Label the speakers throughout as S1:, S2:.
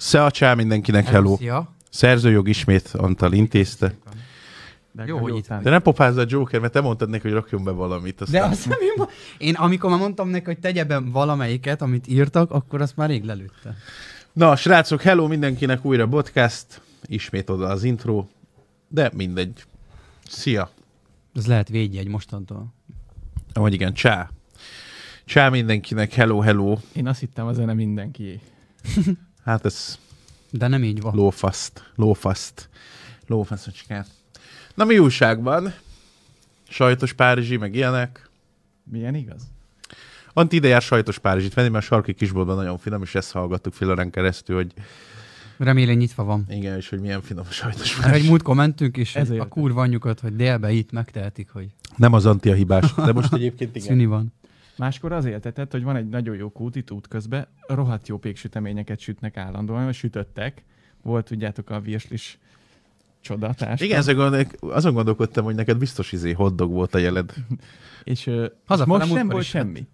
S1: Szeacsá mindenkinek, hello.
S2: Szia.
S1: Szerzőjog ismét Antal intézte.
S3: De
S2: Jó, hogy itt
S1: De nem pofázza a Joker, mert te mondtad neki, hogy rakjon be valamit.
S2: De
S1: Aztán...
S2: azt nem én, mo- én amikor már mondtam neki, hogy tegye be valamelyiket, amit írtak, akkor azt már rég lelőtte.
S1: Na, srácok, hello mindenkinek újra podcast. Ismét oda az intro. De mindegy. Szia.
S2: Ez lehet védjegy mostantól.
S1: Vagy igen, csá. Csá mindenkinek, hello, hello.
S3: Én azt hittem a zene mindenki.
S1: Hát ez
S2: De nem így van.
S1: lófaszt, lófaszt, lófaszocskát. Na mi újságban? Sajtos Párizsi, meg ilyenek.
S3: Milyen igaz?
S1: Anti ide jár sajtos Párizsit venni, mert a sarki kisboltban nagyon finom, és ezt hallgattuk fél órán keresztül, hogy
S2: Remélem nyitva van.
S1: igen, és hogy milyen finom a sajtos
S2: Mert egy
S1: Párizs.
S2: múltkor mentünk, és
S3: Ezért
S2: Ezért a
S3: jöttem.
S2: kurva anyjukat, hogy délbe itt megtehetik, hogy
S1: Nem az anti a hibás, de most egyébként igen.
S2: szüni van.
S3: Máskor az éltetett, hogy van egy nagyon jó kút itt út közben, rohadt jó péksüteményeket sütnek állandóan, vagy sütöttek. Volt, tudjátok, a virslis csodatás.
S1: Igen, ezzel gondolok, azon gondolkodtam, hogy neked biztos izé hoddog volt a jeled.
S3: És ö,
S2: Hazafele
S3: most nem
S2: múltkor
S3: volt
S2: is lett.
S3: semmi.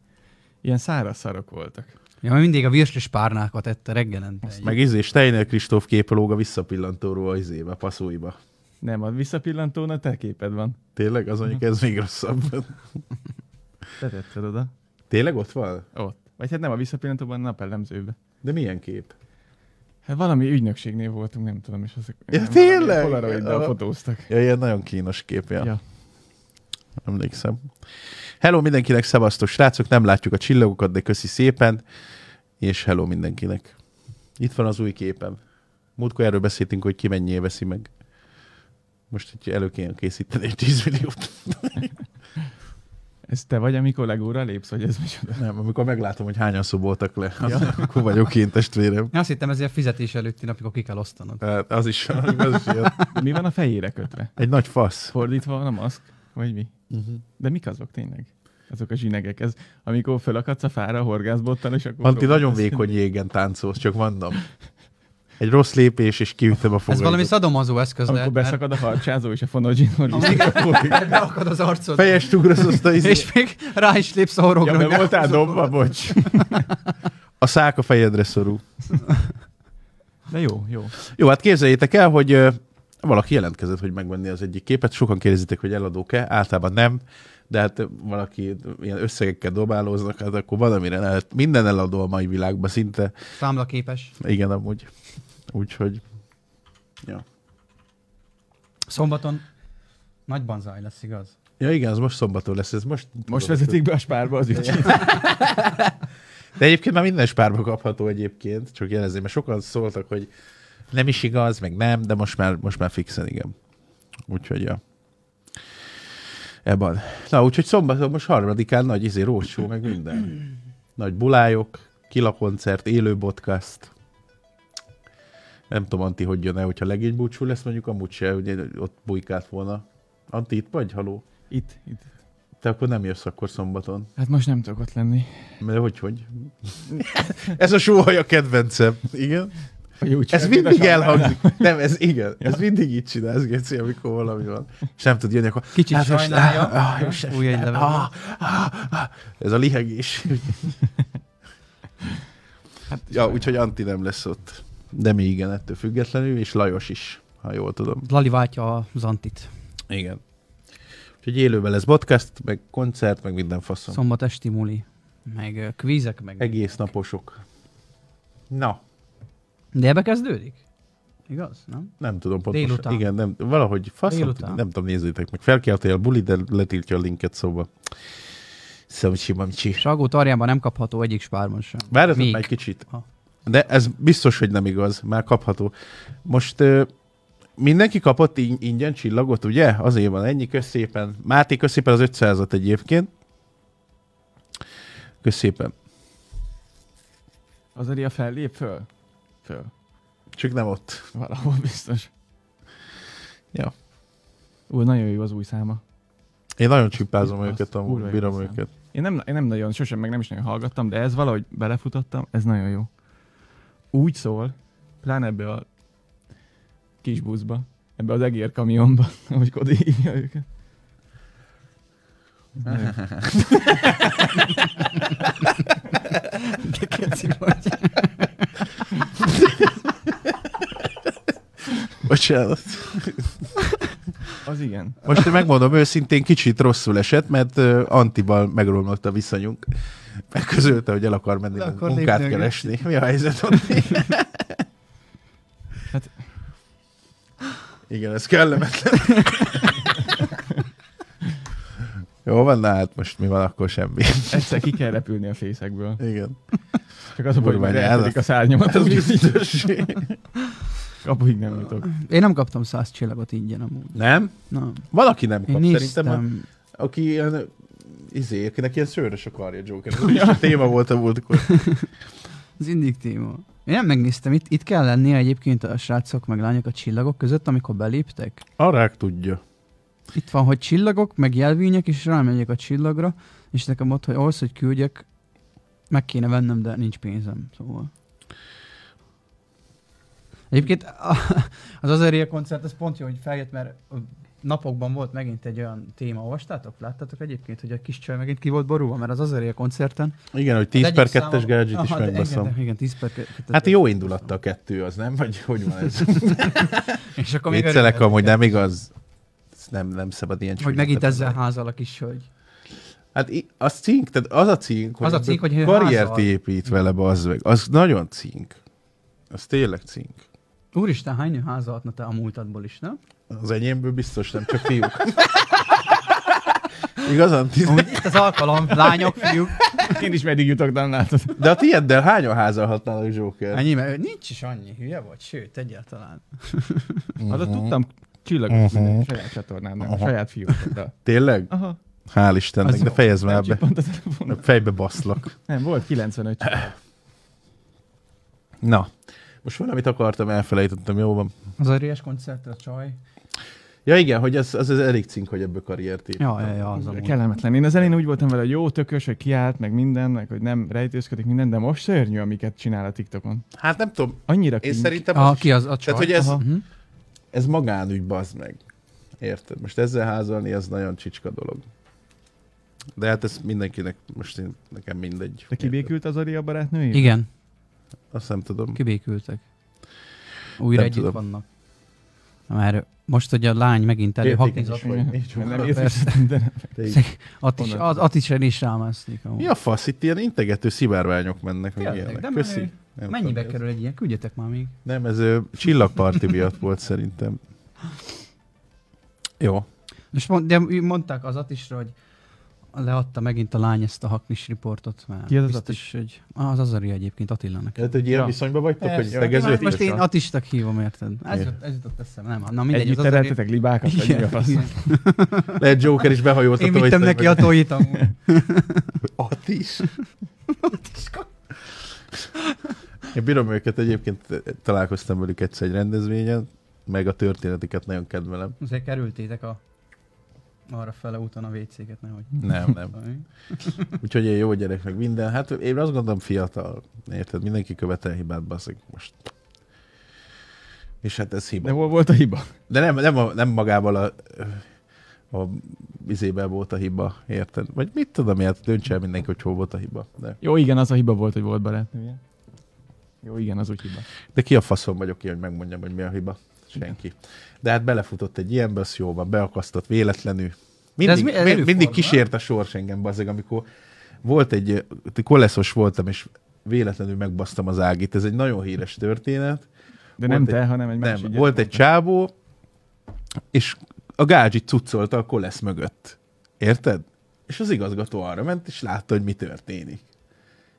S3: Ilyen száraz szarok voltak.
S2: Ja, mert mindig a virslis párnákat ette reggelente. Egy-
S1: Meg izé, Steiner Kristóf képelóg a visszapillantóról a izébe, paszóiba.
S3: Nem, a visszapillantón a te képed van.
S1: Tényleg? Az mondjuk ez még rosszabb.
S3: Te tetted oda.
S1: Tényleg ott van?
S3: Ott. Vagy hát nem a visszapillantóban, a napelemzőbe.
S1: De milyen kép?
S3: Hát valami ügynökségnél voltunk, nem tudom, és azok...
S1: Ja,
S3: nem,
S1: tényleg?
S3: valami Polaroiddal
S1: Ja.
S3: fotóztak.
S1: Ja, ilyen nagyon kínos kép, ja. ja.
S3: Ja.
S1: Emlékszem. Hello mindenkinek, szevasztok srácok, nem látjuk a csillagokat, de köszi szépen, és hello mindenkinek. Itt van az új képem. Múltkor erről beszéltünk, hogy ki mennyié veszi meg. Most hogy elő kéne készíteni egy 10 milliót.
S3: Ez te vagy, amikor legóra lépsz, hogy ez micsoda?
S1: Nem, amikor meglátom, hogy hányan szoboltak le, ja. akkor vagyok én testvérem.
S2: Én azt hittem, ezért a fizetés előtti napig, akkor ki kell osztanod.
S1: Hát az is, az is ilyen.
S3: Mi van a fejére kötve?
S1: Egy nagy fasz.
S3: Fordítva van a maszk? Vagy mi?
S1: Mhm.
S3: De mik azok tényleg? Azok a zsinegek. Ez, amikor fölakadsz a fára a horgászbottal, és akkor...
S1: Anti nagyon
S3: próbálsz-
S1: vékony jégen táncolsz, csak mondom. Egy rossz lépés, és kiütöm a
S2: Ez valami
S1: fogaidat.
S2: szadomazó eszköz lehet,
S3: Amikor
S2: mert
S3: beszakad a harcsázó és a fonogyinor.
S2: beakad az arcod.
S1: Fejest ugrasz azt a izé.
S2: És még rá is lépsz a horogra.
S3: Ja,
S2: hogy
S3: mert voltál
S2: elhúzod
S3: dobva,
S2: magad.
S3: bocs.
S1: A szák a fejedre szorul.
S3: De jó, jó.
S1: Jó, hát képzeljétek el, hogy ö, valaki jelentkezett, hogy megvenni az egyik képet. Sokan kérdezitek, hogy eladók-e, általában nem, de hát ö, valaki ilyen összegekkel dobálóznak, hát akkor valamire lehet. Minden eladó a mai világban szinte.
S2: Számlaképes.
S1: Igen, amúgy. Úgyhogy
S2: Szombaton nagyban zaj lesz, igaz?
S1: Ja igen, az most szombaton lesz, ez most...
S3: Most vezetik be a spárba az ügyet.
S1: De egyébként már minden spárba kapható egyébként, csak jelezni, mert sokan szóltak, hogy nem is igaz, meg nem, de most már, most már fixen, igen. Úgyhogy, ja. Ebben. Na, úgyhogy szombaton most harmadikán nagy izé rócsó, meg minden. Nagy bulájok, kilakoncert, élő podcast. Nem tudom, Anti, hogy jön-e, hogyha legény búcsú lesz, mondjuk amúgy se, ugye ott bujkált volna. Anti, itt vagy? Haló?
S3: Itt, itt.
S1: Te akkor nem jössz akkor szombaton.
S3: Hát most nem tudok ott lenni.
S1: Mert hogy, hogy? ez a sóhaj a kedvencem. Igen?
S3: Vagy úgy
S1: Ez
S3: sem,
S1: mindig
S3: mint a
S1: elhangzik. Nem, ez igen. Ez mindig így csinálsz, Geci, amikor valami van. És nem tud jönni, akkor...
S2: Kicsit
S1: Hát most-
S2: sajnálja.
S1: Ah, ah, most-
S2: Új egy level.
S1: ah, ah, ah. Ez a lihegés.
S3: sambal. Hát,
S1: ja, úgyhogy Anti nem lesz ott. De mi igen, ettől függetlenül, és Lajos is, ha jól tudom.
S2: Lali váltja a Zantit.
S1: Igen. Úgyhogy élőben lesz podcast, meg koncert, meg minden faszom.
S2: Szombat esti muli. Meg ö, kvízek, meg...
S1: Egész naposok. Na,
S2: De ebbe kezdődik? Igaz, nem?
S1: Nem tudom pontosan.
S2: Délután.
S1: Igen, nem, valahogy faszom,
S2: Délután.
S1: nem tudom, nézzétek meg. Felkeltél a buli, de letiltja a linket szóba. Szomcsi, mamcsi.
S2: Salgó tarjában nem kapható egyik spárban sem.
S1: Várjatok
S2: Még.
S1: már egy kicsit.
S2: Ha.
S1: De ez biztos, hogy nem igaz. Már kapható. Most ö, mindenki kapott ing- ingyen csillagot, ugye? Azért van ennyi, köszépen. Máté, köszépen az 500-at egyébként. Köszépen.
S3: Az a fellép föl? Föl.
S1: Csak nem ott.
S3: Valahol biztos.
S1: Ja.
S3: Ú, nagyon jó az új száma.
S1: Én nagyon csipázom
S3: Azt
S1: őket,
S3: kurva
S1: amúgy
S3: jó
S1: bírom
S3: szám.
S1: őket.
S3: Én nem, én nem nagyon, sosem meg nem is nagyon hallgattam, de ez valahogy belefutottam, ez nagyon jó. Úgy szól, pláne ebbe a kis buszba, ebbe az egér kamionba, ahogy Kodi hívja őket. Nagyon-
S2: Keci vagy.
S1: Bocsánat.
S3: Az igen.
S1: Most én megmondom őszintén, kicsit rosszul esett, mert ö, Antival megromlott a viszonyunk. Megközölte, hogy el akar menni
S4: Le
S1: el
S4: akar
S1: munkát
S4: lépni.
S1: keresni. Mi a helyzet Anti?
S3: Hát-
S1: Igen, ez kellemetlen. Jó van, na hát most mi van, akkor semmi.
S3: Egyszer ki kell repülni a fészekből.
S1: Igen.
S3: Csak az a baj, hogy
S1: Kurvány,
S3: eltörik
S1: ez-
S3: a szárnyamat.
S1: Hát Ez
S3: Ez úgy,
S1: biztos.
S3: kapuig nem jutok.
S4: Én nem kaptam száz csillagot ingyen amúgy.
S1: Nem?
S4: Na,
S1: Valaki nem
S4: én
S1: kap. Szerintem a-
S4: néztem.
S1: aki ilyen, izé, akinek ilyen szőrös a karja Joker. Ez is a téma volt a múltkor.
S4: Az indik téma. Én nem megnéztem, itt, itt kell lennie egyébként a srácok meg lányok a csillagok között, amikor beléptek.
S1: Arák tudja.
S4: Itt van, hogy csillagok, meg jelvények, és rámegyek a csillagra, és nekem ott, hogy ahhoz, hogy küldjek, meg kéne vennem, de nincs pénzem, szóval. Egyébként a- az Azeria koncert, ez pont jó, hogy feljött, mert a napokban volt megint egy olyan téma, olvastátok? Láttátok egyébként, hogy a kis csaj megint ki volt borulva, mert az Azeria koncerten...
S1: Igen, hogy
S4: az
S1: 10 per
S4: egyik
S1: 2-es
S4: száma-
S1: gadget is
S4: Aha, de
S1: megbaszom.
S4: Igen, igen, 10 per 2
S1: Hát jó indulatta a kettő, az nem? Vagy hogy van ez?
S4: És akkor még
S1: Viccelek
S4: örülhetünk.
S1: amúgy, nem igaz? Ez Nem, nem szabad ilyen
S4: Hogy
S1: csúnyát
S4: megint
S1: bevenni.
S4: ezzel házal a kis hölgy.
S1: Hát i- az cink, tehát az a cink,
S4: Az a
S1: ebből
S4: cink, hogy ő
S1: karriert
S4: házal.
S1: épít vele, az meg. Az nagyon cink. Az tényleg cink.
S4: Úristen, hány nő házalhatna te a múltadból is, nem?
S1: Az enyémből biztos nem, csak fiúk. Igazán?
S4: Amúgy itt az alkalom, lányok, fiúk.
S3: Én is meddig jutok, de látod.
S1: De a tiéddel hányan házalhatnának Joker?
S4: Ennyi, mert nincs is annyi hülye vagy, sőt, egyáltalán.
S3: Hát ott tudtam csillagot küldeni a saját csatornámnak, a
S1: Mhm. Aha.
S3: saját fiúkkal.
S1: Tényleg?
S3: Aha.
S1: Hál' Istennek,
S3: Az
S1: de
S3: jó.
S1: fejezd már be.
S3: Elcsippant a telefonom.
S1: Fejbe baszlak.
S3: Nem, volt 95 csillag.
S1: Na, most valamit akartam, elfelejtettem, jó van.
S4: Az a réges koncertre a csaj.
S1: Ja igen, hogy ez, az, az elég cink, hogy ebből karriert ír.
S4: Ja, ja, ja, az amúgy.
S3: Kellemetlen. Én az elején úgy voltam vele, hogy jó, tökös, hogy kiállt, meg minden, meg hogy nem rejtőzködik minden, de most szörnyű, amiket csinál a TikTokon.
S1: Hát nem tudom,
S3: Annyira
S1: én
S3: kincs.
S1: szerintem
S4: Ah,
S1: az,
S4: ki az a csaj?
S1: tehát, hogy ez,
S3: Aha.
S4: Mhm.
S1: ez magánügy, bazd meg. Érted? Most ezzel házalni, az nagyon csicska dolog. De hát ez mindenkinek, most én, nekem mindegy.
S3: De kibékült az Ari a barátnőjével?
S4: Igen,
S1: Azt nem tudom.
S4: kibékültek. Újra
S1: Nem
S4: együtt
S1: tudom.
S4: vannak. Na, Mert most, hogy a lány megint elő
S1: Értékes
S4: haknizott.
S1: vagy, nincs
S3: Mert nem
S1: ugrott.
S3: értettem, de nem.
S1: Te-
S4: Atis,
S3: Honnan?
S4: Atis is rámászik. amúgy.
S1: Mi a fasz? Itt ilyen integető szivárványok mennek, meg
S4: Tényleg, de
S1: ilyenek.
S4: menő.
S1: Köszi. Nem
S4: Mennyibe
S1: tudom, ez-
S4: kerül egy ilyen? Küldjetek már még.
S1: Nem, ez ö, csillagparti miatt volt szerintem. Jó.
S4: Most mond, de ő mondták az Atisra, hogy leadta megint a lány ezt a haknis riportot, mert
S3: Ki az az
S4: biztos, hogy Ah, az Azari egyébként Attilának.
S1: Hát, hogy ilyen
S3: Ja.
S1: viszonyban vagytok,
S4: Persze.
S1: hogy
S4: Jó,
S1: tegeződtök?
S4: Most én atistak hívom, érted? Ez,
S1: Igen.
S4: jut, ez jutott eszembe, nem. Na mindegy,
S3: Együtt
S4: az Azari-
S3: tereltetek libákat, vagy mi a
S4: Igen,
S3: fasz?
S4: igen.
S1: Lehet Joker is behajolt
S4: Én vittem neki a tojit amúgy.
S1: At is. Én bírom őket, egyébként találkoztam velük egyszer egy rendezvényen, meg a történetiket nagyon kedvelem.
S4: Azért kerültétek a arra fele úton a WC-ket, nehogy.
S1: Nem, nem. Úgyhogy én jó gyerek, meg minden. Hát én azt gondolom fiatal, érted? Mindenki követel hibát, baszik most. És hát ez hiba.
S3: De hol volt a hiba?
S1: De nem, nem, a, nem magával a, a izében volt a hiba, érted? Vagy mit tudom, miért dönts el mindenki, hogy hol volt a hiba. De,
S3: Jó, igen, az a hiba volt, hogy volt barátnője. Jó, igen, az úgy hiba.
S1: de ki a faszom vagyok én, hogy megmondjam, hogy mi a hiba? Senki. De hát belefutott egy ilyenbe, az jó van, beakasztott véletlenül.
S4: ez
S1: Mindig,
S4: mi- ez
S1: mi,
S4: előfordul,
S1: mindig
S4: nem?
S1: kísért a sors engem, bazeg, amikor volt egy, koleszos voltam, és véletlenül megbasztam az ágit. Ez egy nagyon híres történet.
S3: De
S1: Volt
S3: nem
S1: egy-
S3: te, hanem egy másik.
S1: Nem,
S3: gyerek
S1: volt egy csávó, és a gázsit cuccolta a kolesz mögött. Érted? És az igazgató arra ment, és látta, hogy mi történik.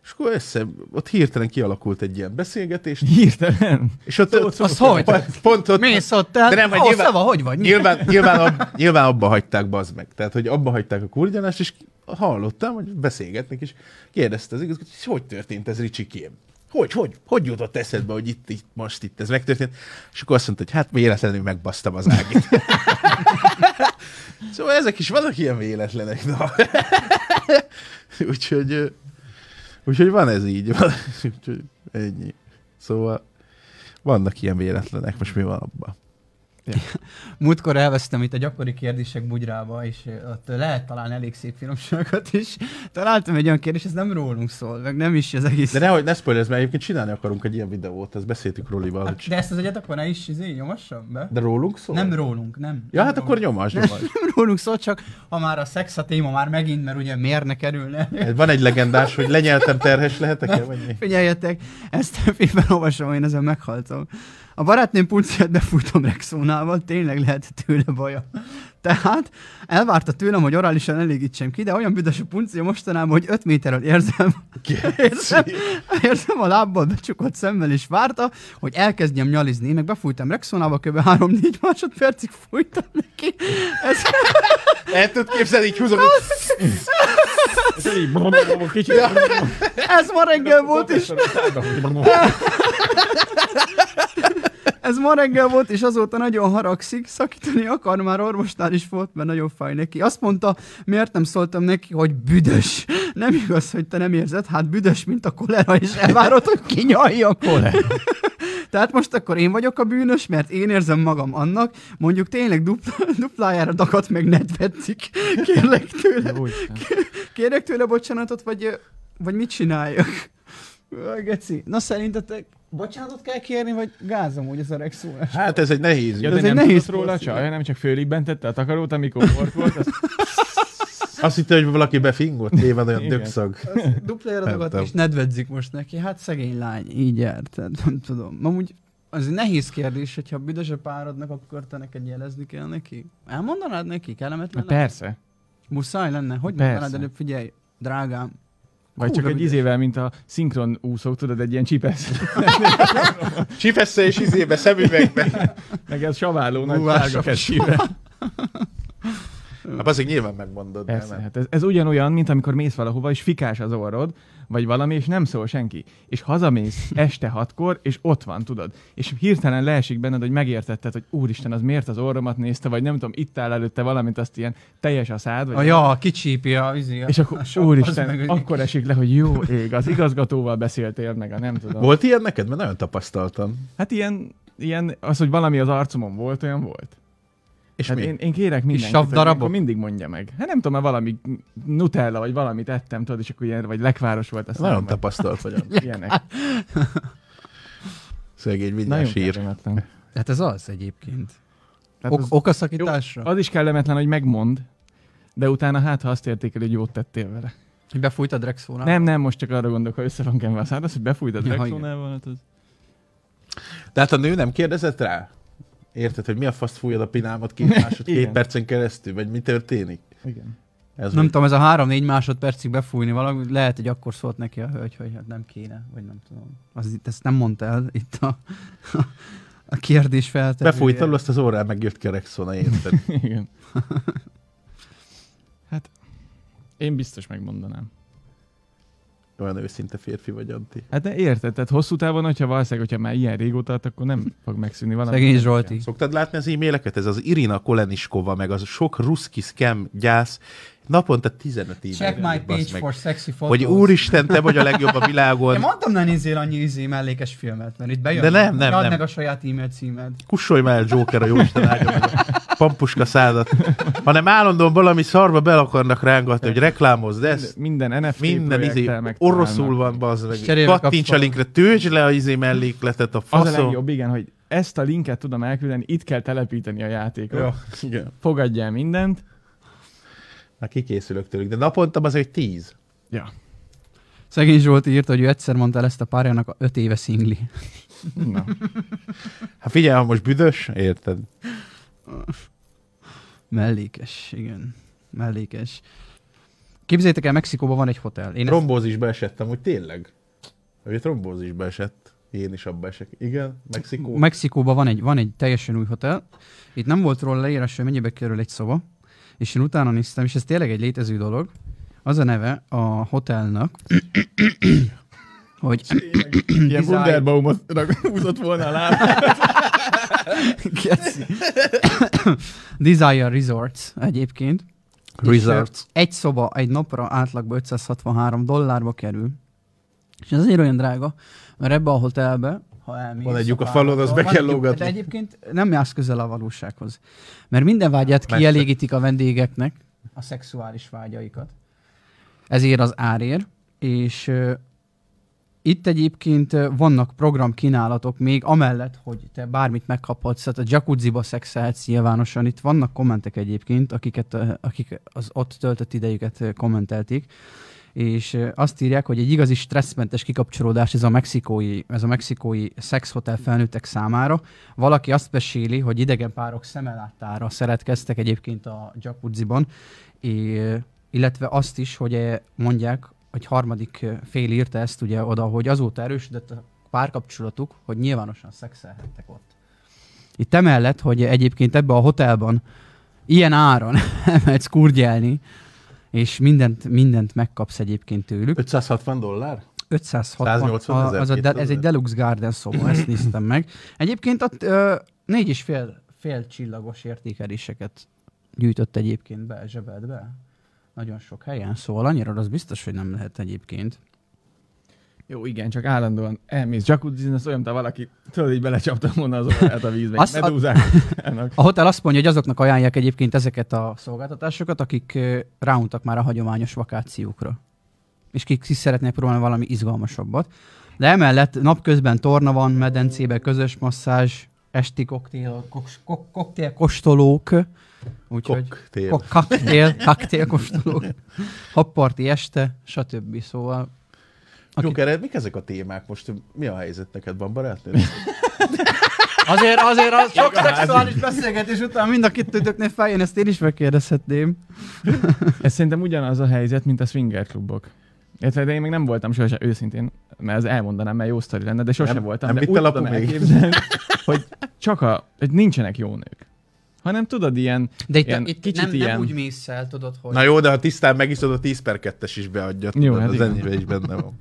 S1: És akkor össze, ott hirtelen kialakult egy ilyen beszélgetés,
S3: Hirtelen.
S1: és ott, ott,
S4: Az hogy?
S1: pont, pont ott,
S4: Mész ott el,
S1: De nem,
S4: nem,
S1: vagy
S4: ó,
S1: nyilván-
S4: szava, hogy vagy? Mi?
S1: nyilván, nyilván, ab, nyilván abba hagyták, bazd meg. Tehát, hogy abba hagyták a kurgyanást, és hallottam, hogy beszélgetnek, és kérdezte az igazgató, hogy hogy történt ez Ricsikém? Hogy, hogy, hogy jutott eszedbe, hogy itt, itt, most itt ez megtörtént? És akkor azt mondta, hogy hát véletlenül megbasztam az ágit. szóval ezek is vannak ilyen véletlenek, na. úgyhogy, ö, úgyhogy van ez így. Van, úgyhogy ennyi. Szóval vannak ilyen véletlenek, most mi van abban?
S3: Ja.
S4: Múltkor elvesztem itt a gyakori kérdések bugyrába, és ö, ott lehet találni elég szép finomságokat is. Találtam egy olyan kérdést, ez nem rólunk szól, meg nem is az egész.
S1: De nehogy ne spoilers, mert egyébként csinálni akarunk egy ilyen videót, ezt beszéltük Rolival.
S4: Hát,
S1: Hogy...
S4: de ezt az egyet akkor ne is izé, nyomassam be?
S1: De rólunk szól?
S4: Nem rólunk, nem.
S1: Ja,
S4: nem
S1: hát akkor
S4: rólunk.
S1: nyomas, nyomas.
S4: Nem rólunk szól, csak ha már a szex a téma már megint, mert ugye miért ne kerülne?
S1: Hát Van egy legendás, hogy lenyeltem terhes lehetek-e, vagy mi?
S4: Figyeljetek, ezt félben olvasom, én ezen meghaltam. A barátném pulciát befújtam Rexónával, tényleg lehet tőle baja. Tehát elvárta tőlem, hogy orálisan elégítsem ki, de olyan büdös a puncia mostanában, hogy 5 méterről érzem, érzem, érzem a lábbal becsukott szemmel, és várta, hogy elkezdjem nyalizni. Én meg befújtam Rexónával, kb. 3-4 másodpercig fújtam neki. Ez,
S1: El tudod képzelni, így húzom, hogy
S3: Ez így brom, brom, kicsit.
S4: ez ma reggel volt, és Ez ma reggel volt, és azóta nagyon haragszik, szakítani akar, már orvosnál is volt, mert nagyon fáj neki. Azt mondta, miért nem szóltam neki, hogy büdös. Nem igaz, hogy te nem érzed, hát büdös, mint a kolera, és elvárod, hogy kinyaljak. Tehát most akkor én vagyok a bűnös, mert én érzem magam annak, mondjuk tényleg dupla, duplájára dagadt meg nedvetszik. Kérlek tőle,
S3: Jó Isten.
S4: kérlek tőle bocsánatot, vagy, vagy mit csináljak? Ö, Geci, na szerintetek bocsánatot kell kérni, vagy gázom, hogy ez a rexólás?
S1: Hát ez egy nehéz.
S3: Ja,
S1: ügy.
S3: de
S4: Ez
S3: nem
S4: egy nehéz
S3: tudott róla a
S4: poszt,
S3: csaj, nem csak fölibbentette a takarót, amikor volt volt, azt
S1: Azt hitte, hogy valaki befingott, téved olyan
S3: Igen.
S1: dögszag.
S4: Az Duplájára
S1: Nem
S4: dagadt,
S1: tudom.
S4: és nedvedzik most neki. Hát szegény lány, így járt. Tehát nem tudom. Amúgy az egy nehéz kérdés, hogyha büdös a párodnak, akkor te neked jelezni kell neki. Elmondanád neki? Kellemetlen?
S3: Hát
S4: lenne?
S3: persze.
S4: Muszáj lenne? Hogy
S3: Persze.
S4: mondanád előbb? Figyelj, drágám.
S3: Vagy csak
S4: Kurva
S3: egy izével, mint a szinkron úszók, tudod, egy ilyen csipesz.
S1: Csipessze és izébe, szemüvegbe.
S3: Meg ez saváló,
S1: Ú,
S3: nagy
S1: hát
S3: sárga kesztyűvel.
S1: Hát azért nyilván megmondod. de
S3: Persze,
S1: nem.
S3: hát ez, ez ugyanolyan, mint amikor mész valahova, és fikás az orrod, vagy valami, és nem szól senki. És hazamész este hatkor, és ott van, tudod. És hirtelen leesik benned, hogy megértetted, hogy úristen, az miért az orromat nézte, vagy nem tudom, itt áll előtte valamit, azt ilyen teljes a szád, vagy
S4: A ja, kicsípi a izi. a-
S3: És akkor,
S4: a sok-
S3: úristen,
S4: az meg-
S3: akkor esik le, hogy jó ég, az igazgatóval beszéltél meg, a nem tudom.
S1: Volt ilyen neked? Mert nagyon tapasztaltam.
S3: Hát ilyen, ilyen, az, hogy valami az arcomon volt, olyan volt.
S1: És
S3: hát
S1: mi?
S3: Én, én kérek mindenkit, hogy
S4: savdarabok?
S3: akkor mindig mondja meg. Hát nem tudom, mert valami nutella, vagy valamit ettem, tudod, és akkor ilyen, vagy lekváros volt a
S1: Nagyon
S3: számom, vagy
S1: tapasztalt vagyok.
S3: ilyenek.
S1: Szegény
S3: Nagyon
S1: mindjárt sír.
S3: kellemetlen.
S4: Hát ez az egyébként.
S3: Tehát
S4: Ok-
S3: az,
S4: okaszakításra?
S3: az is kellemetlen, hogy megmond, de utána hát, ha azt értékel, hogy jót tettél vele.
S4: Hogy befújtad Rexónál?
S3: Nem, nem, most csak arra gondolok, ha össze van kenve a szád, az, hogy befújtad
S4: Ja,
S3: Ah. ja,
S4: igen.
S3: Rexonával, hát az...
S1: De hát a nő nem kérdezett rá? Érted, hogy mi a fasz fújod a pinámat két, másod, két
S3: Igen.
S1: percen keresztül, vagy mi történik?
S3: Igen.
S1: Ez
S4: Nem
S1: volt.
S4: tudom, ez a három-négy másodpercig befújni valami, lehet, hogy akkor szólt neki a hölgy, hogy hát nem kéne, vagy nem tudom. Az, itt- ezt nem mondta el itt a, a kérdés feltevője.
S1: Befújt alul, azt az órán megjött kerekszona, érted?
S3: Igen. Hát, én biztos megmondanám.
S1: Olyan őszinte férfi vagy, Antti.
S3: Hát de érted, tehát hosszú távon, hogyha valószínűleg, hogyha már ilyen régóta tart, akkor nem fog megszűnni valami.
S4: Szegény Zsolti.
S1: Szoktad látni az e-maileket? Ez az Irina Koleniskova, meg az sok ruszki scam gyász, naponta 15 e-mail.
S4: Check
S1: jön,
S4: my
S1: bassz
S4: page
S1: meg.
S4: for sexy photos.
S1: Hogy úristen, te vagy a legjobb a
S4: Én
S1: világon,
S4: mondtam, ne nézzél annyi izé mellékes filmet, mert itt bejön.
S1: De nem, nem,
S4: Add
S1: nem.
S4: meg a saját e-mail címed.
S1: kussolj már el Joker a jóisten áldja meg a pampuska szádat, hanem állandóan valami szarba bel akarnak rángatni, hogy reklámozd ezt,
S3: Minden NFT
S1: minden izé
S3: projekttel megtalálnak.
S1: oroszul van,
S4: És
S1: bazd meg.
S4: cserélve
S1: Kattints a
S4: kapsz
S1: linkre, töltsd le a izé mellékletet a
S3: Az a
S1: faszom.
S3: legjobb, igen, hogy ezt a linket tudom elküldeni, itt kell telepíteni a játékra.
S1: Jó, igen.
S3: Fogadj el mindent.
S1: Na kikészülök tőlük, de naponta az egy tíz.
S3: Ja.
S4: Szegény Zsolti írta, hogy ő egyszer mondta el ezt a párjának a öt éve szingli.
S3: Na.
S1: Hát figyelj, ha most büdös, érted?
S4: Mellékes, igen. Mellékes. Képzeljétek el, Mexikóban van egy hotel. Én ezt-
S1: Trombózisba esettem, hogy tényleg. Hogy trombózisba esett. Én is abba esek. Igen, Mexikó.
S4: Mexikóban van egy, van egy teljesen új hotel. Itt nem volt róla leírás, hogy mennyibe kerül egy szoba. És én utána néztem, és ez tényleg egy létező dolog. Az a neve a hotelnak, hogy
S3: Ilyen
S4: Design.
S3: Wunderbaumot rak- húzott volna alá.
S4: Geci. Desire Resorts egyébként. És,
S1: Resorts.
S4: ö, Egy szoba egy napra átlagban 563 dollárba kerül. És ez azért olyan drága, mert ebbe a hotelbe ha elmész.
S1: Van egy lyuk a
S4: párnakon.
S1: falon, azt be
S4: Van
S1: kell
S4: egy lyuk,
S1: lógatni.
S4: De egyébként nem jársz közel a valósághoz. Mert minden vágyát
S1: Persze.
S4: kielégítik a vendégeknek, a szexuális vágyaikat. Ezért az árér, és ö, itt egyébként ö, vannak programkínálatok még, amellett, hogy te bármit megkaphatsz, tehát a jacuzziba szexelhetsz nyilvánosan. Itt vannak kommentek egyébként, akiket, ö, akik az ott töltött idejüket ö, kommentelték, és ö, azt írják, hogy egy igazi stresszmentes kikapcsolódás ez a mexikói, ez a mexikói szexhotel felnőttek számára. Valaki azt meséli, hogy idegen párok szemelátára szeretkeztek egyébként a jacuzziban, é, illetve azt is, hogy eh, mondják, hogy harmadik eh, fél írta ezt ugye oda, hogy azóta erősödött a párkapcsolatuk, hogy nyilvánosan szexelhettek ott. Itt emellett, hogy egyébként ebbe a hotelban ilyen áron elmehetsz kurgyelni, és mindent, mindent megkapsz egyébként tőlük.
S1: 560 dollár?
S4: 560
S1: 180
S4: a,
S1: ezer,
S4: az a de,
S1: 2000.
S4: ez egy Deluxe Garden szoba, ezt néztem meg. Egyébként ott ö, négy és fél, fél csillagos értékeléseket gyűjtött egyébként be, zsebelt be. Nagyon sok helyen, szóval annyira az biztos, hogy nem lehet egyébként.
S3: Jó, igen, csak állandóan elmész jacuzzi az olyan, mint ha valaki tudod, így belecsaptam volna az orrát a vízbe.
S4: Azt
S3: Azt
S4: a-
S3: medúzák. Ennek.
S4: A hotel azt mondja, hogy azoknak ajánlják egyébként ezeket a szolgáltatásokat, akik ö, ráuntak már a hagyományos vakációkra. És kik is szeretnék próbálni valami izgalmasabbat. De emellett napközben torna van, medencébe közös masszázs, esti koktél, koks- kok- koktél kóstolók, úgyhogy
S1: Koktél.
S4: kok- kaktél, kaktél kóstolók, happarti este, stb. Szóval Aki-
S1: Joker, mik ezek a témák most? Mi a helyzet neked van, barátnő?
S4: azért, azért az sok szexuális beszélgetés után mind a kettőtöknél feljön, ezt én is megkérdezhetném.
S3: Ez szerintem ugyanaz a helyzet, mint a swinger klubok. Érted, de én még nem voltam sose őszintén, mert az elmondanám, mert jó sztori lenne, de sose
S1: Nem-
S3: voltam.
S1: nem
S3: de
S1: vitte
S3: úgy
S1: lapu
S3: tudom
S1: még?
S3: elképzelni, hogy csak a, hogy nincsenek jó nők. Hanem tudod, ilyen,
S4: De itt,
S3: Ilyen
S4: itt
S3: kicsit
S4: nem, nem
S3: ilyen-
S4: úgy mész el, tudod, hogy...
S1: Na jó, de ha tisztán megiszod, a 10 per 2-es is beadja.
S3: Jó,
S1: Jó,
S3: hát
S1: az
S3: igen.
S1: enyébe is benne van.